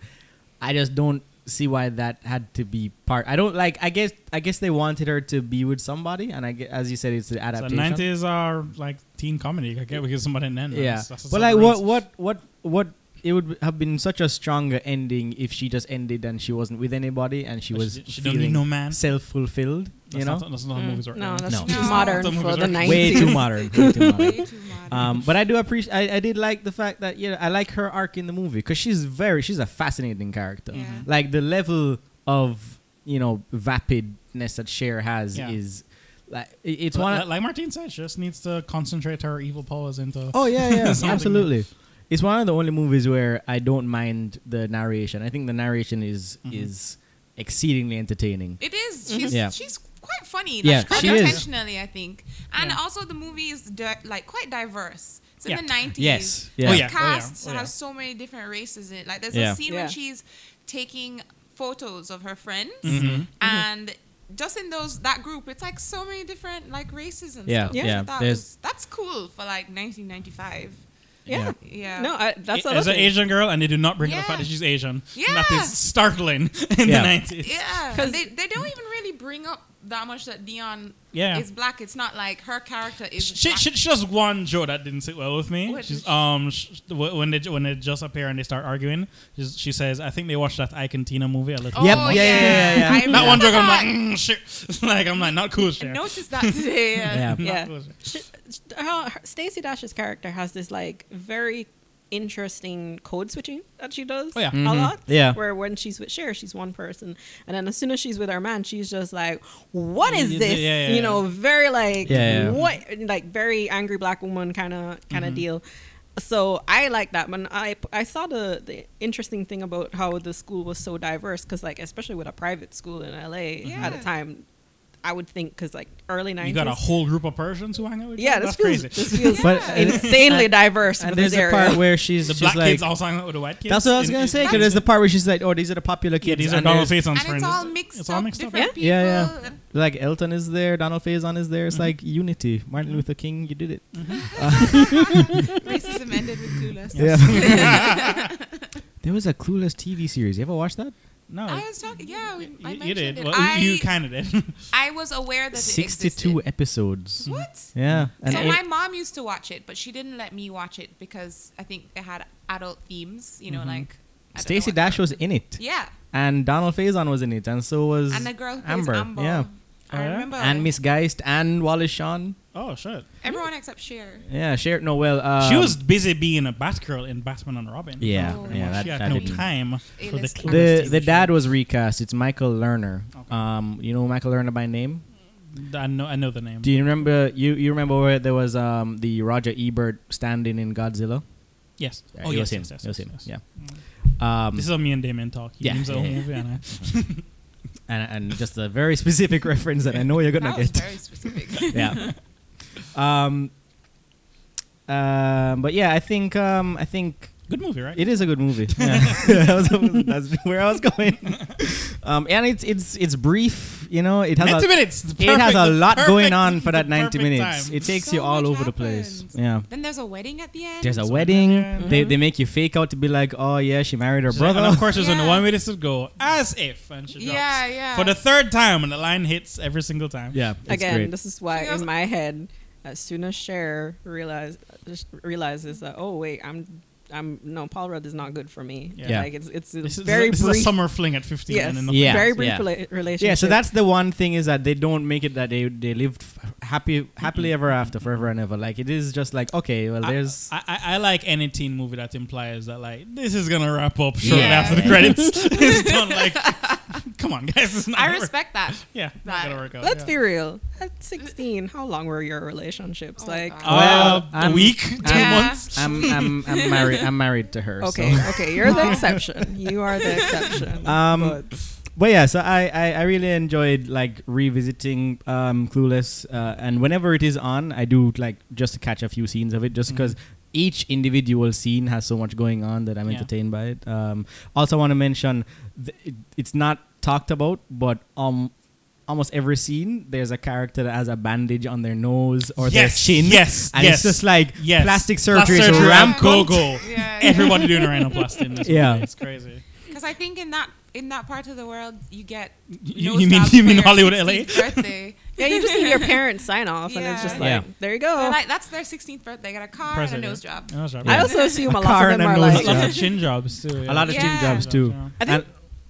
I just don't see why that had to be part. I don't like. I guess I guess they wanted her to be with somebody, and I gue- as you said, it's the So adaptation. nineties are like teen comedy. I get we give somebody an end. yeah, That's- that's but the like rules. what what what what. It would have been such a stronger ending if she just ended and she wasn't with anybody and she But was she, she don't need feeling no man. self-fulfilled. You That's know, not- that's not how Mm. movies work. No, that's No. too No. modern Some for movies the are- 90s. way too modern. Way too modern. Way too modern. Um, but I do appreciate. I, I did like the fact that yeah, I like her arc in the movie because she's very she's a fascinating character. Yeah. Like the level of you know vapidness that Cher has Yeah. is like it- it's Li- one. li- like Martine said, she just needs to concentrate her evil powers into. oh yeah, yeah, <laughs> Something. absolutely. It's one of the only movies where I don't mind the narration. I think the narration is Mhm. is exceedingly entertaining. It is. Mm-hmm. She's Yeah. she's quite funny. Like, Yeah, quite she is. intentionally, I think. And Yeah. also the movie is di- like quite diverse. It's in Yeah. the nineties. Yes. Oh, Yeah. The yeah. cast Oh, yeah. has so many different races in it. Like there's Yeah. a scene Yeah. when she's taking photos of her friends Mm-hmm. Mhm. and just in those that group, it's like so many different like races and Yeah, stuff. Yeah. So yeah, that there's- was- that's cool for like 1995. Yeah. Yeah. No, I, that's what as an I Asian girl, and they do not bring up the fact Yeah. that she's Asian. Yeah. that is startling <laughs> in Yeah. the nineties. Yeah, 'Cause- and they, they don't even really bring up that much that Dion Yeah. is black. It's not like her character is. She, black. she, she does one joke that didn't sit well with me. What She's did she- um sh wh- when they ju- when they just appear and they start arguing. She's, she says, "I think they watched that Icon Tina movie a little." Oh, Yep, yeah, yeah, yeah, yeah. I That That remember one joke, I'm that. like, mm, shit. <laughs> like I'm like, not cool, I shit. <laughs> noticed that today. Yeah. <laughs> Yeah. Not Yeah. cool, shit. Stacy Dash's character has this like very interesting code switching that she does Oh, yeah. a Mhm. lot. Yeah. Where when she's with Cher, she's one person, and then as soon as she's with her man, she's just like, "What is Yeah, this?" yeah, yeah. You know, very like Yeah, Mm-hmm. yeah. what, like very angry black woman kind of kind of deal. So I like that. When I I saw the the interesting thing about how the school was so diverse, because like especially with a private school in LA at Yeah. the time. I would think because like early nineties, Mm-hmm. You got a whole group of Persians who hang out with you. yeah, this that's feels, crazy. this feels But <laughs> Yeah. and- insanely diverse. and with there's this a area. part where she's the just black like kids also hang out with the white kids. that's what I was In- gonna in- say. Cause there's the part where she's like, oh, these are the popular kids. Yeah, these are and Donald there's- Faison's And friends. it's all mixed It's up. all mixed up. different people. Yeah, yeah. like Elton is there, Donald Faison is there. It's Mm-hmm. like unity. Martin Luther King, you did it. <laughs> <laughs> Racism ended with clueless. Yeah. <laughs> <laughs> there was a Clueless TV series. You ever watch that? No, I was talking. Yeah, we, I Oh. you, mentioned you did. it. Well, I, you kind of did. <laughs> I was aware that it Sixty-two existed. episodes. What? Mm-hmm. Yeah, and so it- my mom used to watch it, but she didn't let me watch it because I think they had adult themes. You know, Mm-hmm. like I don't know Stacey what- Dash was in it, Yeah, and Donald Faison was in it, and so was and the girl who plays Amber. Amber. Yeah, Oh, I yeah? remember. and Miss Geist and Wallace Shawn. oh shit! Everyone except Cher. Yeah, share no well. Um, she was busy being a Batgirl in Batman and Robin. Yeah, Oh, yeah. she That, she that had no didn't- time for the A-list clueless The TV the show. dad was recast. It's Michael Lerner. Okay. Um, you know Michael Lerner by name. I know. I know the name. Do you remember you you remember where there was um the Roger Ebert standing in Godzilla? yes. Yeah, Oh, it yes, was him. yes, yes, it was yes, him. yes. Mm. Yeah. Um, This is how me and Damien talk. He Yeah, names the yeah, whole yeah. <laughs> movie, and I- and, and just a very specific <laughs> reference that I know you're gonna that was get. very specific. yeah. <laughs> Um. Um. But yeah, I think um I think good movie, right? it is a good <laughs> movie. <laughs> Yeah. That was- that's where I was going. Um. And it's it's it's brief. you know, it has 90 a, minutes. The it has perfect- a the lot going perfect- on for the that 90 perfect minutes. time. It <laughs> takes So you all much over the place. happens. Yeah. Then there's a wedding at the end. There's a So wedding. then- They, they make you fake out to be like, oh yeah, she married her She's like, brother. <laughs> and of course, there's only Yeah. one way this would go, as if, and she drops. yeah, yeah. For the third time, and the line hits every single time. yeah. It's Again, great. this is why She goes- in my head, as soon as Cher realize, just realizes that, oh wait, I'm, I'm no, Paul Rudd is not good for me. Yeah. like it's it's a This is, very this is brief. a summer fling at 15. yes, And then nothing Yeah. very brief yeah. rela- relationship. Yeah, so that's the one thing is that they don't make it that they they lived f- happy happily ever after forever and ever. Like it is just like okay, well there's I, I, I like any teen movie that implies that like this is gonna wrap up shortly Yeah. after the <laughs> credits. <laughs> it's done like, come on, guys, <laughs> it's not. I gonna work. respect that. Yeah, not that. gonna work out. Let's yeah. be real. At 16, how long were your relationships? Oh my like, God. Uh, Well, ah. a I'm- week, 2 Yeah. months. I'm I'm I'm married I'm married to her. <laughs> okay, so. okay, <laughs> you're the exception. You are the exception. Um, but But yeah, so I, I, I really enjoyed like revisiting um, Clueless, uh, and whenever it is on, I do like just to catch a few scenes of it, Mm-hmm. just because each individual scene has so much going on that I'm Yeah. entertained by it. Um, also, want to mention th- it, it's not talked about, but um, almost every scene there's a character that has a bandage on their nose or yes, their chin. yes, and yes, it's just like yes. plastic surgery is surgery, rampant. go-go. <laughs> Yeah, Everybody doing a rhinoplasty in this Yeah. movie. It's crazy. Because I think in that in that part of the world, you get You, nose you mean jobs you for mean your Hollywood, 16th LA? <laughs> Birthday. yeah, you just need your parents' sign off, and it's Yeah. just like, Yeah. there you go. They're like, that's their 16th birthday. They got a car Press and it, a nose <laughs> job. yeah. Nose job. I yeah. also assume a, lot car and of them a are nose like, Lots job. of chin jobs too. A lot of Yeah. chin jobs too. Yeah. I think-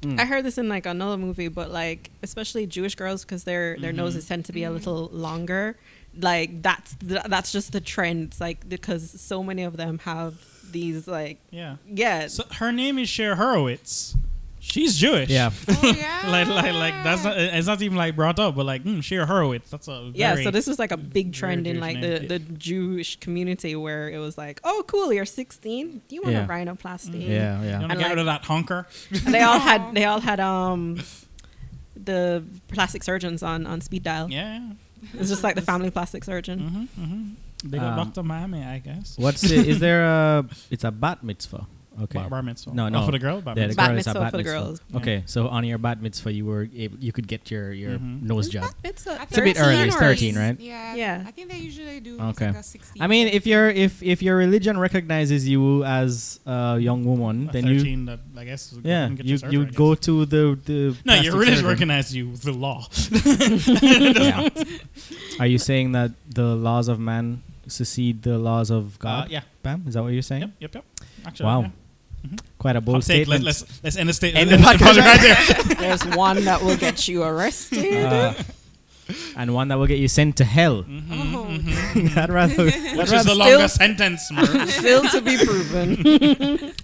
And- I heard this in like another movie, but like especially Jewish girls because their their noses tend to be a little longer. Like that's th- that's just the trend. It's like because so many of them have these like Yeah. yeah. So her name is Cher Horowitz. She's Jewish. <laughs> yeah. Oh, yeah. Like, like, like that's not. It's not even like brought up, but like mm, Cher Horowitz. That's a very, Ah. yeah, so this was like a big trend in Jewish like the, name. the Jewish community where it was like, oh, cool, you're 16. Do you want Yeah. a Yeah, rhinoplasty? You yeah. want to And get like- rid of that honker? And they all No. had they all had um the plastic surgeons on on speed dial. Yeah. yeah. It's just like the family plastic surgeon. Mm-hmm, mm-hmm. They got Um, Doctor Miami, I guess. What's it? Is there a? It's a bat mitzvah. Okay. Bar, bar mitzvah. No, Oh, no. for the girl. Bar Yeah, the mitzvah. Bat girl is a mitzvah bat for the mitzvah. girls. Yeah. Okay, so on your bat mitzvah, you were able, you could get your your Mhm. nose job. It's It's a bit early, it's 13, right? Yeah. Yeah. I think they usually do Okay. like a 16. I mean, if your if if your religion recognizes you as a young woman, A then you 13 that I guess. would go yeah and get you surgery, I you guess. go to the the. No, plastic your religion surgeon. recognizes you. The <laughs> law. Yeah. Are you saying that the laws of man secede the laws of Uh, God? yeah. Bam, is that what you're saying? Yep. Yep. Yep. Actually, Wow. yeah. Quite a bold Hot take. Let, statement. let's let's end the state. End the let's podcast right there. <laughs> There's one that will get you arrested. <laughs> Uh, and one that will get you sent to hell. Mm. Oh, Mm-hmm, <laughs> I'd <laughs> rather. Which is the Still- longest sentence, <laughs> Murray. Still to be <laughs> proven.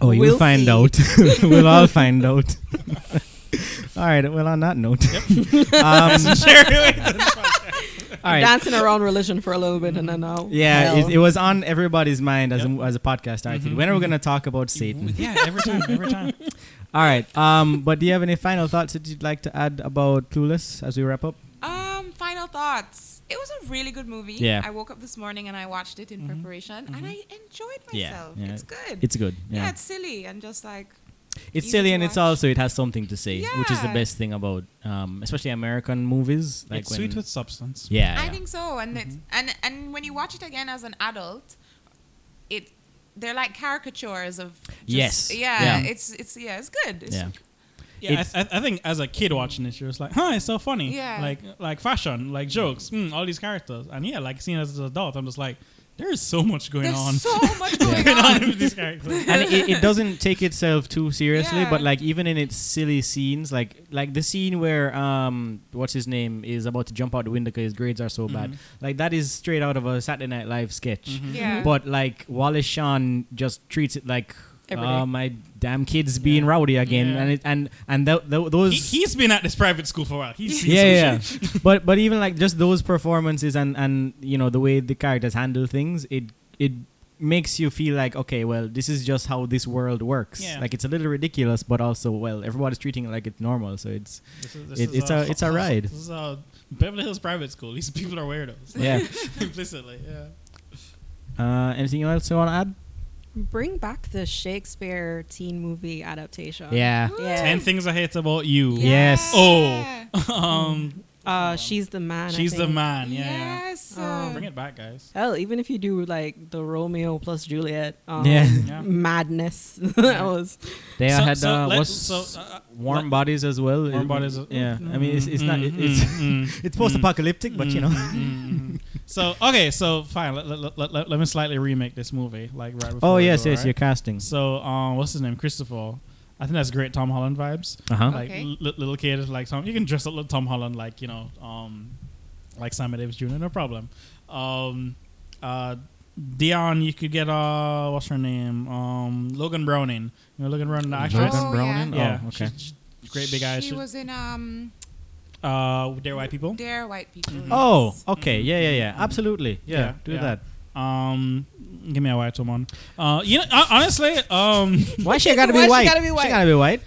Oh, you'll We'll find see. out. <laughs> we'll all find out. <laughs> all right. Well, on that note. um, all right. Dancing around religion for a little bit and then now. Yeah, hell. it, it was on everybody's mind as, Yep. a, as a podcast article. When are we going to talk about Satan? Yeah, every time, every time. All right. Um, but do you have any final thoughts that you'd like to add about Clueless as we wrap up? Um, final thoughts. It was a really good movie. Yeah. I woke up this morning and I watched it in Mm-hmm. preparation, and I enjoyed Yeah, myself. yeah. It's good. It's good. yeah. Yeah. it's silly and just like it's easy silly to and it's watch. also, it has something to say, which is the Yeah. best thing about, um, especially American movies. Like it's when, sweet with substance. Yeah. I yeah. Mm-hmm. think so, and it's and and when you watch it again as an adult, it they're like caricatures of just, Yes. yeah, Yeah. It's it's yeah, it's good. It's, yeah. Yeah, It's- I, I, I think as a kid watching this, you're just like, huh, it's so funny. Yeah. Like, like fashion, like jokes, mm, all these characters. And yeah, like seeing as an adult, I'm just like, there is so much going There's on. so much <laughs> going going on on. with these <laughs> characters. and it, <laughs> it doesn't take itself too seriously Yeah. but like even in its silly scenes like like the scene where um what's his name is about to jump out the window because his grades are so bad Mm-hmm. like that is straight out of a saturday night live sketch Yeah. but like wallace shawn just treats it like Every uh, day. my damn kids being rowdy again Yeah. and it, and and th- th- those He, he's been at this private school for a while. <laughs> He's seen some yeah, yeah. shit. but but even like just those performances and and you know the way the characters handle things, it it makes you feel like okay, well, this is just how this world works. Yeah. Like it's a little ridiculous, but also well, everybody's treating it like it's normal, so it's This is- this It- is it's a- it's a ride. This is a Beverly Hills private school. These people are weirdos. yeah. <laughs> Implicitly, yeah. uh, anything else you want to add? Bring back the Shakespeare teen movie Uh, adaptation. Yeah. Ooh. Yeah. Oh. Ten things I hate about you. Yes. Oh. <laughs> um, Uh, she's the man. I She's the think. man. Yeah, yeah. Oh, Yes. Um, Bring it back, guys. Hell, even if you do like the Romeo plus Juliet, um, Yeah. Yeah. madness. <laughs> that was They so, had so uh, let- what's so, uh, warm let- bodies as well. Warm It- bodies as- Yeah, I mean, it's, it's not. It, Mm, it's mm, mm, <laughs> it's post-apocalyptic, but you know. know. so okay, so fine. Let, let, let, let, let me slightly remake this movie, like right. Before <laughs> Oh we yes, go, yes, right? you're casting. So um, what's his name? Christopher. I think that's great Tom Holland vibes. Uh huh. Like Okay. li- little kid, like Tom. You can dress up like Tom Holland, like you know, um, like Simon Davis Jr. No problem. Um, uh, Dion, you could get uh, what's her name? Um, Logan Browning. You know Logan Browning, the actress. Logan Oh, Browning? Yeah. Oh, okay. She's- she's great big eyes. She She- was in um, uh, Dare White People. Dare White People. Oh, okay. Yeah, yeah, yeah. Absolutely. Yeah, Yeah, do yeah. that. Um, give me a white woman. Uh, you know, hon- honestly, um, <laughs> Why <laughs> she gotta be Why she white? gotta be white? She gotta be white.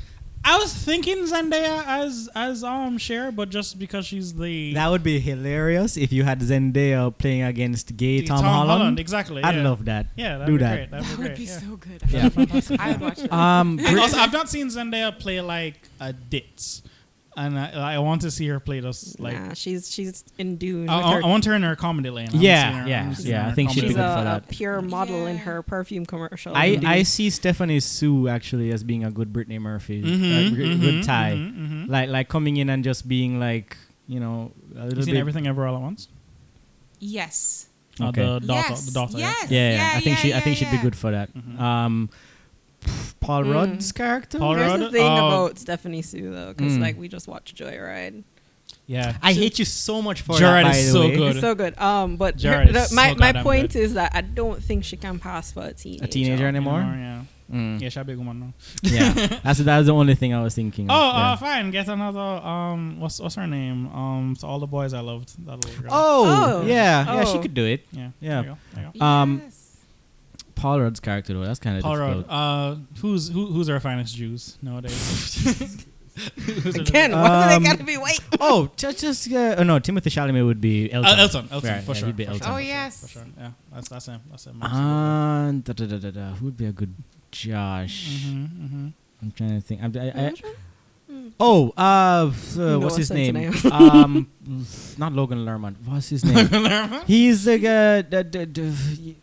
I was thinking Zendaya as as um Cher, but just because she's the That would be hilarious if you had Zendaya playing against gay the Tom, Holland. exactly. I'd yeah. love that. Yeah, that'd Do be that. Great. That'd That be would great. be yeah. Uh, so good. Yeah. <laughs> I would watch that. <laughs> Um, And Brit- also, I've not seen Zendaya play like a ditz, and I, I want to see her play those like. nah, she's she's in Dune. I, with I- her- I want her in her comedy lane. I haven't Yeah, seen her- I yeah, haven't seen yeah, her I in think she'd comedy be she's good lane. a, for a that. pure model in Yeah. her perfume commercial. I, in I Dune. see Stephanie Sue actually as being a good Britney Murphy, Mhm, a gr- mhm, good tie, mhm, mhm. like like coming in and just being like you know a little You seen bit. everything ever all at once? Yes. Uh, Okay. the daughter, yes. the daughter. Yes. Yeah, yeah, yeah, I think yeah, she I yeah, think she'd be yeah. good for that. Um, Paul Mm. Rudd's character. Mm-hmm. Paul Here's Colorado? the thing Oh. about Stephanie Sue though, because Mm. like we just watched Joyride. Yeah. I hate you so much for Jared that. By is the so way. good. It's so good. Um, but her, Jared is the, so my my goddamn point good. is that I don't think she can pass for a teenager. A teenager anymore? Oh, Yeah. Mm. Yeah, she's a big woman now. <laughs> Yeah, that's that's the only thing I was thinking. Oh, of. uh, yeah. fine. Get another. Um, what's what's her name? Um, to all the boys I loved. That little girl. oh, Oh. yeah, yeah, she Oh. could do it. yeah. yeah. There you go, there you go. Um, Yes. <laughs> Paul Rudd's character though, that's kind of Paul difficult. Rudd. Uh, who's who, who's our finest Jews <laughs> nowadays? Who's our- Again, Uh, why do Um, they gotta be white? oh, just just uh, oh no, Timothy Chalamet would be Elton. Uh, Elton, Elton, Right, for yeah, sure. he'd be for Elton. sure, for Oh, sure, yes. for sure. Yeah, that's that's him. That's him. Uh, da, da, da, da, da. Who would be a good Josh? mm-hmm, mm-hmm. I'm trying to think. I'm, I, I, oh, uh, f- uh, Noah what's his name? Centineo. <laughs> um, not Logan Lerman. What's his name? He's uh, the guy. The, the, the,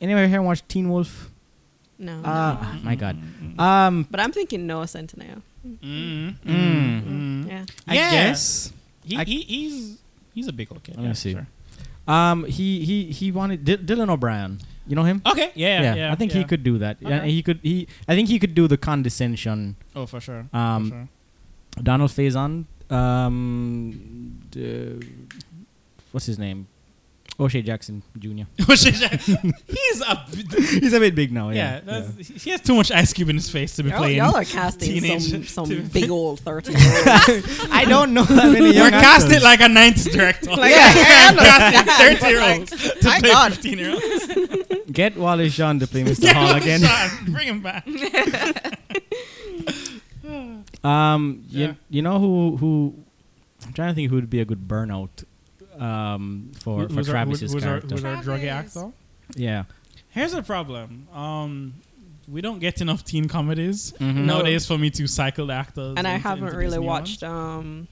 anyway, here watch Teen Wolf. no. Uh, ah, my God. Mm-hmm. Um, but I'm thinking Noah Centineo. Mm-hmm. mm, Mm-hmm. Yeah. I Yeah. guess. He, I- he he's he's a big old kid. Let me yeah, see. Sure. Um, he he he wanted D- Dylan O'Brien. You know him? Okay. Yeah. Yeah. I think he yeah. could do that. Yeah, Okay. he could he. I think he could do the condescension. Oh, for sure. Um, for sure. Donald Faison, um, d- what's his name? O'Shea Jackson <laughs> Jr. he's a He's a bit big now. yeah. that's, He has too much ice cube in his face to be Y'all, playing. y'all are casting some, teenage- some to- big old 13 year old. <laughs> I don't know that many <laughs> young You're cast it actors. like a 90s director. Like, Yeah. I am casting 30 not- but, year <laughs> like, olds to my play God. 15 year olds. Get Wallace Shawn to <laughs> play Mr. Hall again. Sean, bring him back. Um, you, Yeah. you know who who? I'm trying to think who would be a good burnout. Um, for for Travis's character. our- druggy Travis. actor. yeah. Here's the problem. Um, we don't get enough teen comedies Mhm. nowadays for me to cycle the actors. and I into- haven't into really these new watched um,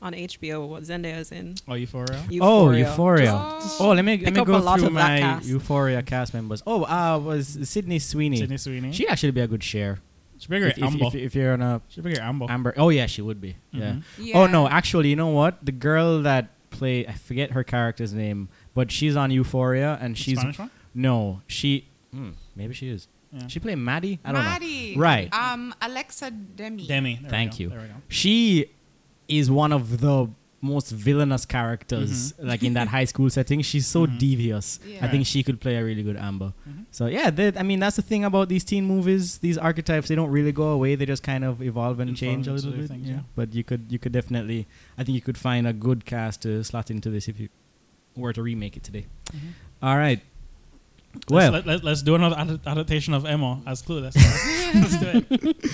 on HBO what Zendaya's in. ones. Are you for real? Oh, Euphoria. Euphoria. Just- oh, let me let pick me up a go lot through of that my cast. Euphoria cast members. Oh, uh, was Sydney Sweeney. Sydney Sweeney. She'd actually be a good share. She's bigger If, if, Amber. if, if you're on a She's bigger Amber. Amber, oh yeah, she would be. Yeah. Mhm. Oh Yeah. no, actually, you know what? The girl that play I forget her character's name, but she's on Euphoria, and The she's Spanish one. no, she hmm, maybe she is. Yeah. She played Maddie. I don't Maddie. know. Right. Um, Alexa Demi. Demi. there we Thank go, you. There we go. She is one of the most villainous characters Mm-hmm. like in <laughs> that high school setting she's so Mhm. devious Yeah. i Right. think she could play a really good amber Mhm. so yeah that- i mean that's the thing about these teen movies these archetypes they don't really go away they just kind of evolve and Evolve change a into little their bit things, yeah. yeah. but you could you could definitely i think you could find a good cast to slot into this if you were to remake it today Mhm. All right well Let's- let, let, let's do another ad- adaptation of Emma as Clueless. let's do it.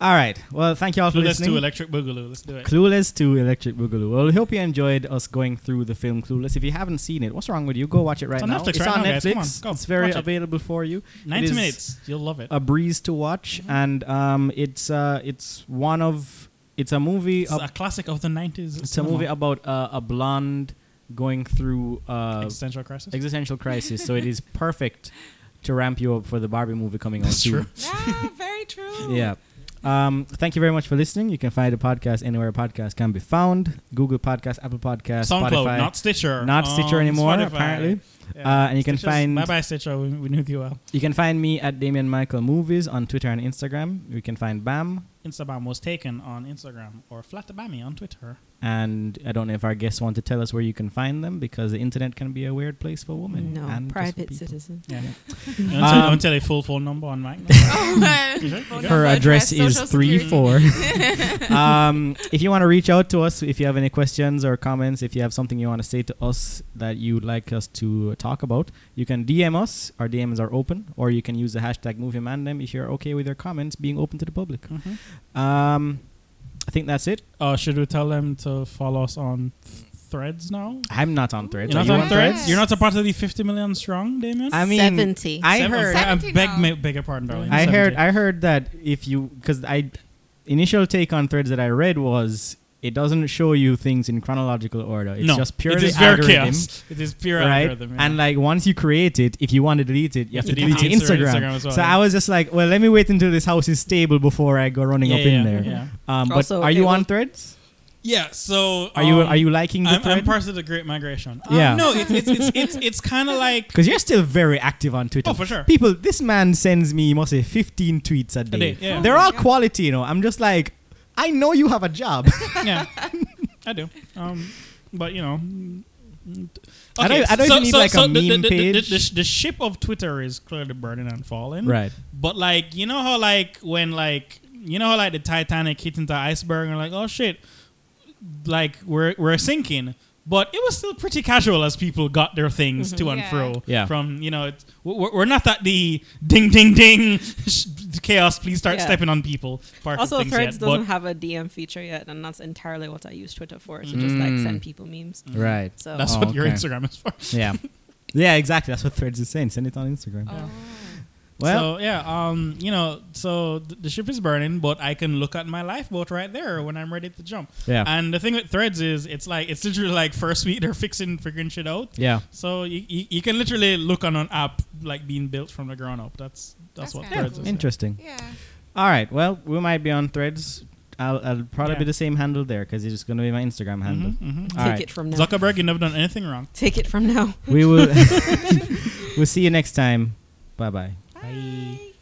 all right well thank you all for Clueless listening to Electric Boogaloo. Let's do it. Clueless to Electric Boogaloo. Well, we hope you enjoyed us going through the film Clueless. If you haven't seen it, what's wrong with you? Go watch it right It's on now. Netflix it's right on now, guys. Netflix. Come on, go, it's very watch it. available for you. 90 is- minutes. You'll love it. A breeze to watch, and um, it's uh, it's one of it's a movie. It's ab- a classic of the 90s. it's a movie about uh, a blonde going through uh, Existential crisis. existential crisis. so it is perfect to ramp you up for the Barbie movie coming out That's soon. true. yeah, Ah, very <laughs> true. Yeah. Um, thank you very much for listening. You can find the podcast anywhere a podcast can be found: Google Podcast, Apple Podcast, SoundCloud, Spotify, not Stitcher. not Stitcher on anymore, Spotify. apparently. Yeah. Uh, and you can Stitcher's- find- Bye bye, Stitcher. We, we knew you well. You can find me at Damien Michael Movies on Twitter and Instagram. You can find Bam, Instagram was taken on Instagram or Flatabami on Twitter. and I don't know if our guests want to tell us where you can find them because the internet can be a weird place for women. No, and just for private people. citizen. <laughs> Yeah. Yeah. until, Um, until a full phone number on <laughs> Mike. <laughs> Oh, well, Is it? phone Yeah. Her number, address is social three security. four. <laughs> um, if you want to reach out to us, if you have any questions or comments, if you have something you want to say to us that you'd like us to talk about, you can DM us. Our DMs are open, or you can use the hashtag MovieMandem if you're okay with your comments being open to the public. Mhm. Um, I think that's it. Uh, should we tell them to follow us on th- Threads now? I'm not on Threads. You're Are not you on on threads? Threads? You're not a part of the 50 million strong, Damien? I mean, 70. I Seven- heard. I Seventy beg, now. ma- beg your pardon, darling. I heard. 70. I heard that if you because I initial take on threads that I read was it doesn't show you things in chronological order. It's no, just purely it is very algorithm, chaos. It is pure right? algorithm. yeah. And like once you create it, if you want to delete it, you have to Delete delete it to Insta- Instagram. Instagram as well, so yeah. I was just like, well, let me wait until this house is stable before I go running yeah, up yeah, in there. Yeah. Um, but Also, are it you on will- threads? Yeah, so Are you um, are you liking the I'm, I'm thread? part of the Great Migration. Um, Yeah. no, it, it's it's it's it's kind of like because you're still very active on Twitter. oh for sure. People, this man sends me, must say, 15 tweets a day. day, yeah. They're Oh my all God. quality, you know. I'm just like, I know you have a job. <laughs> yeah, I do. Um, but you know. mm, mm, I don't- I don't even need, like, a the- the, meme the, the- the- page. The, sh- the ship of Twitter is clearly burning and falling. right. But like, you know how like when like you know how like the Titanic hit into the iceberg and like, oh shit, like we're we're sinking. But it was still pretty casual as people got their things to and Yeah. fro. Yeah. From you know, it's, we're, we're not at the ding ding ding <laughs> sh- chaos. Please start Yeah. stepping on people. part of Also, things Threads yet, but- doesn't have a DM feature yet, and that's entirely what I use Twitter for, to just like Mm. send people memes. Right. So That's Oh, what your okay. Instagram is for. Yeah. yeah, exactly. That's what Threads is saying. Send it on Instagram. Oh. <laughs> Well, so yeah, um, you know, so th- the ship is burning, but I can look at my lifeboat right there when I'm ready to jump. yeah. And the thing with threads is, it's like it's literally like first week they're fixing figuring shit out. yeah. So you, you, you can literally look on an app like being built from the ground up. That's that's, That's what kinda threads cool. is. Interesting. Yeah. All right. Well, we might be on Threads. I'll, I'll probably Yeah. be the same handle there because it's going to be my Instagram handle. Mhm, mhm. take All right. it from now. Zuckerberg, you never done anything wrong. Take it <laughs> Mm-hmm. <laughs> from now. We will. we'll see you next time. Bye bye. Bye.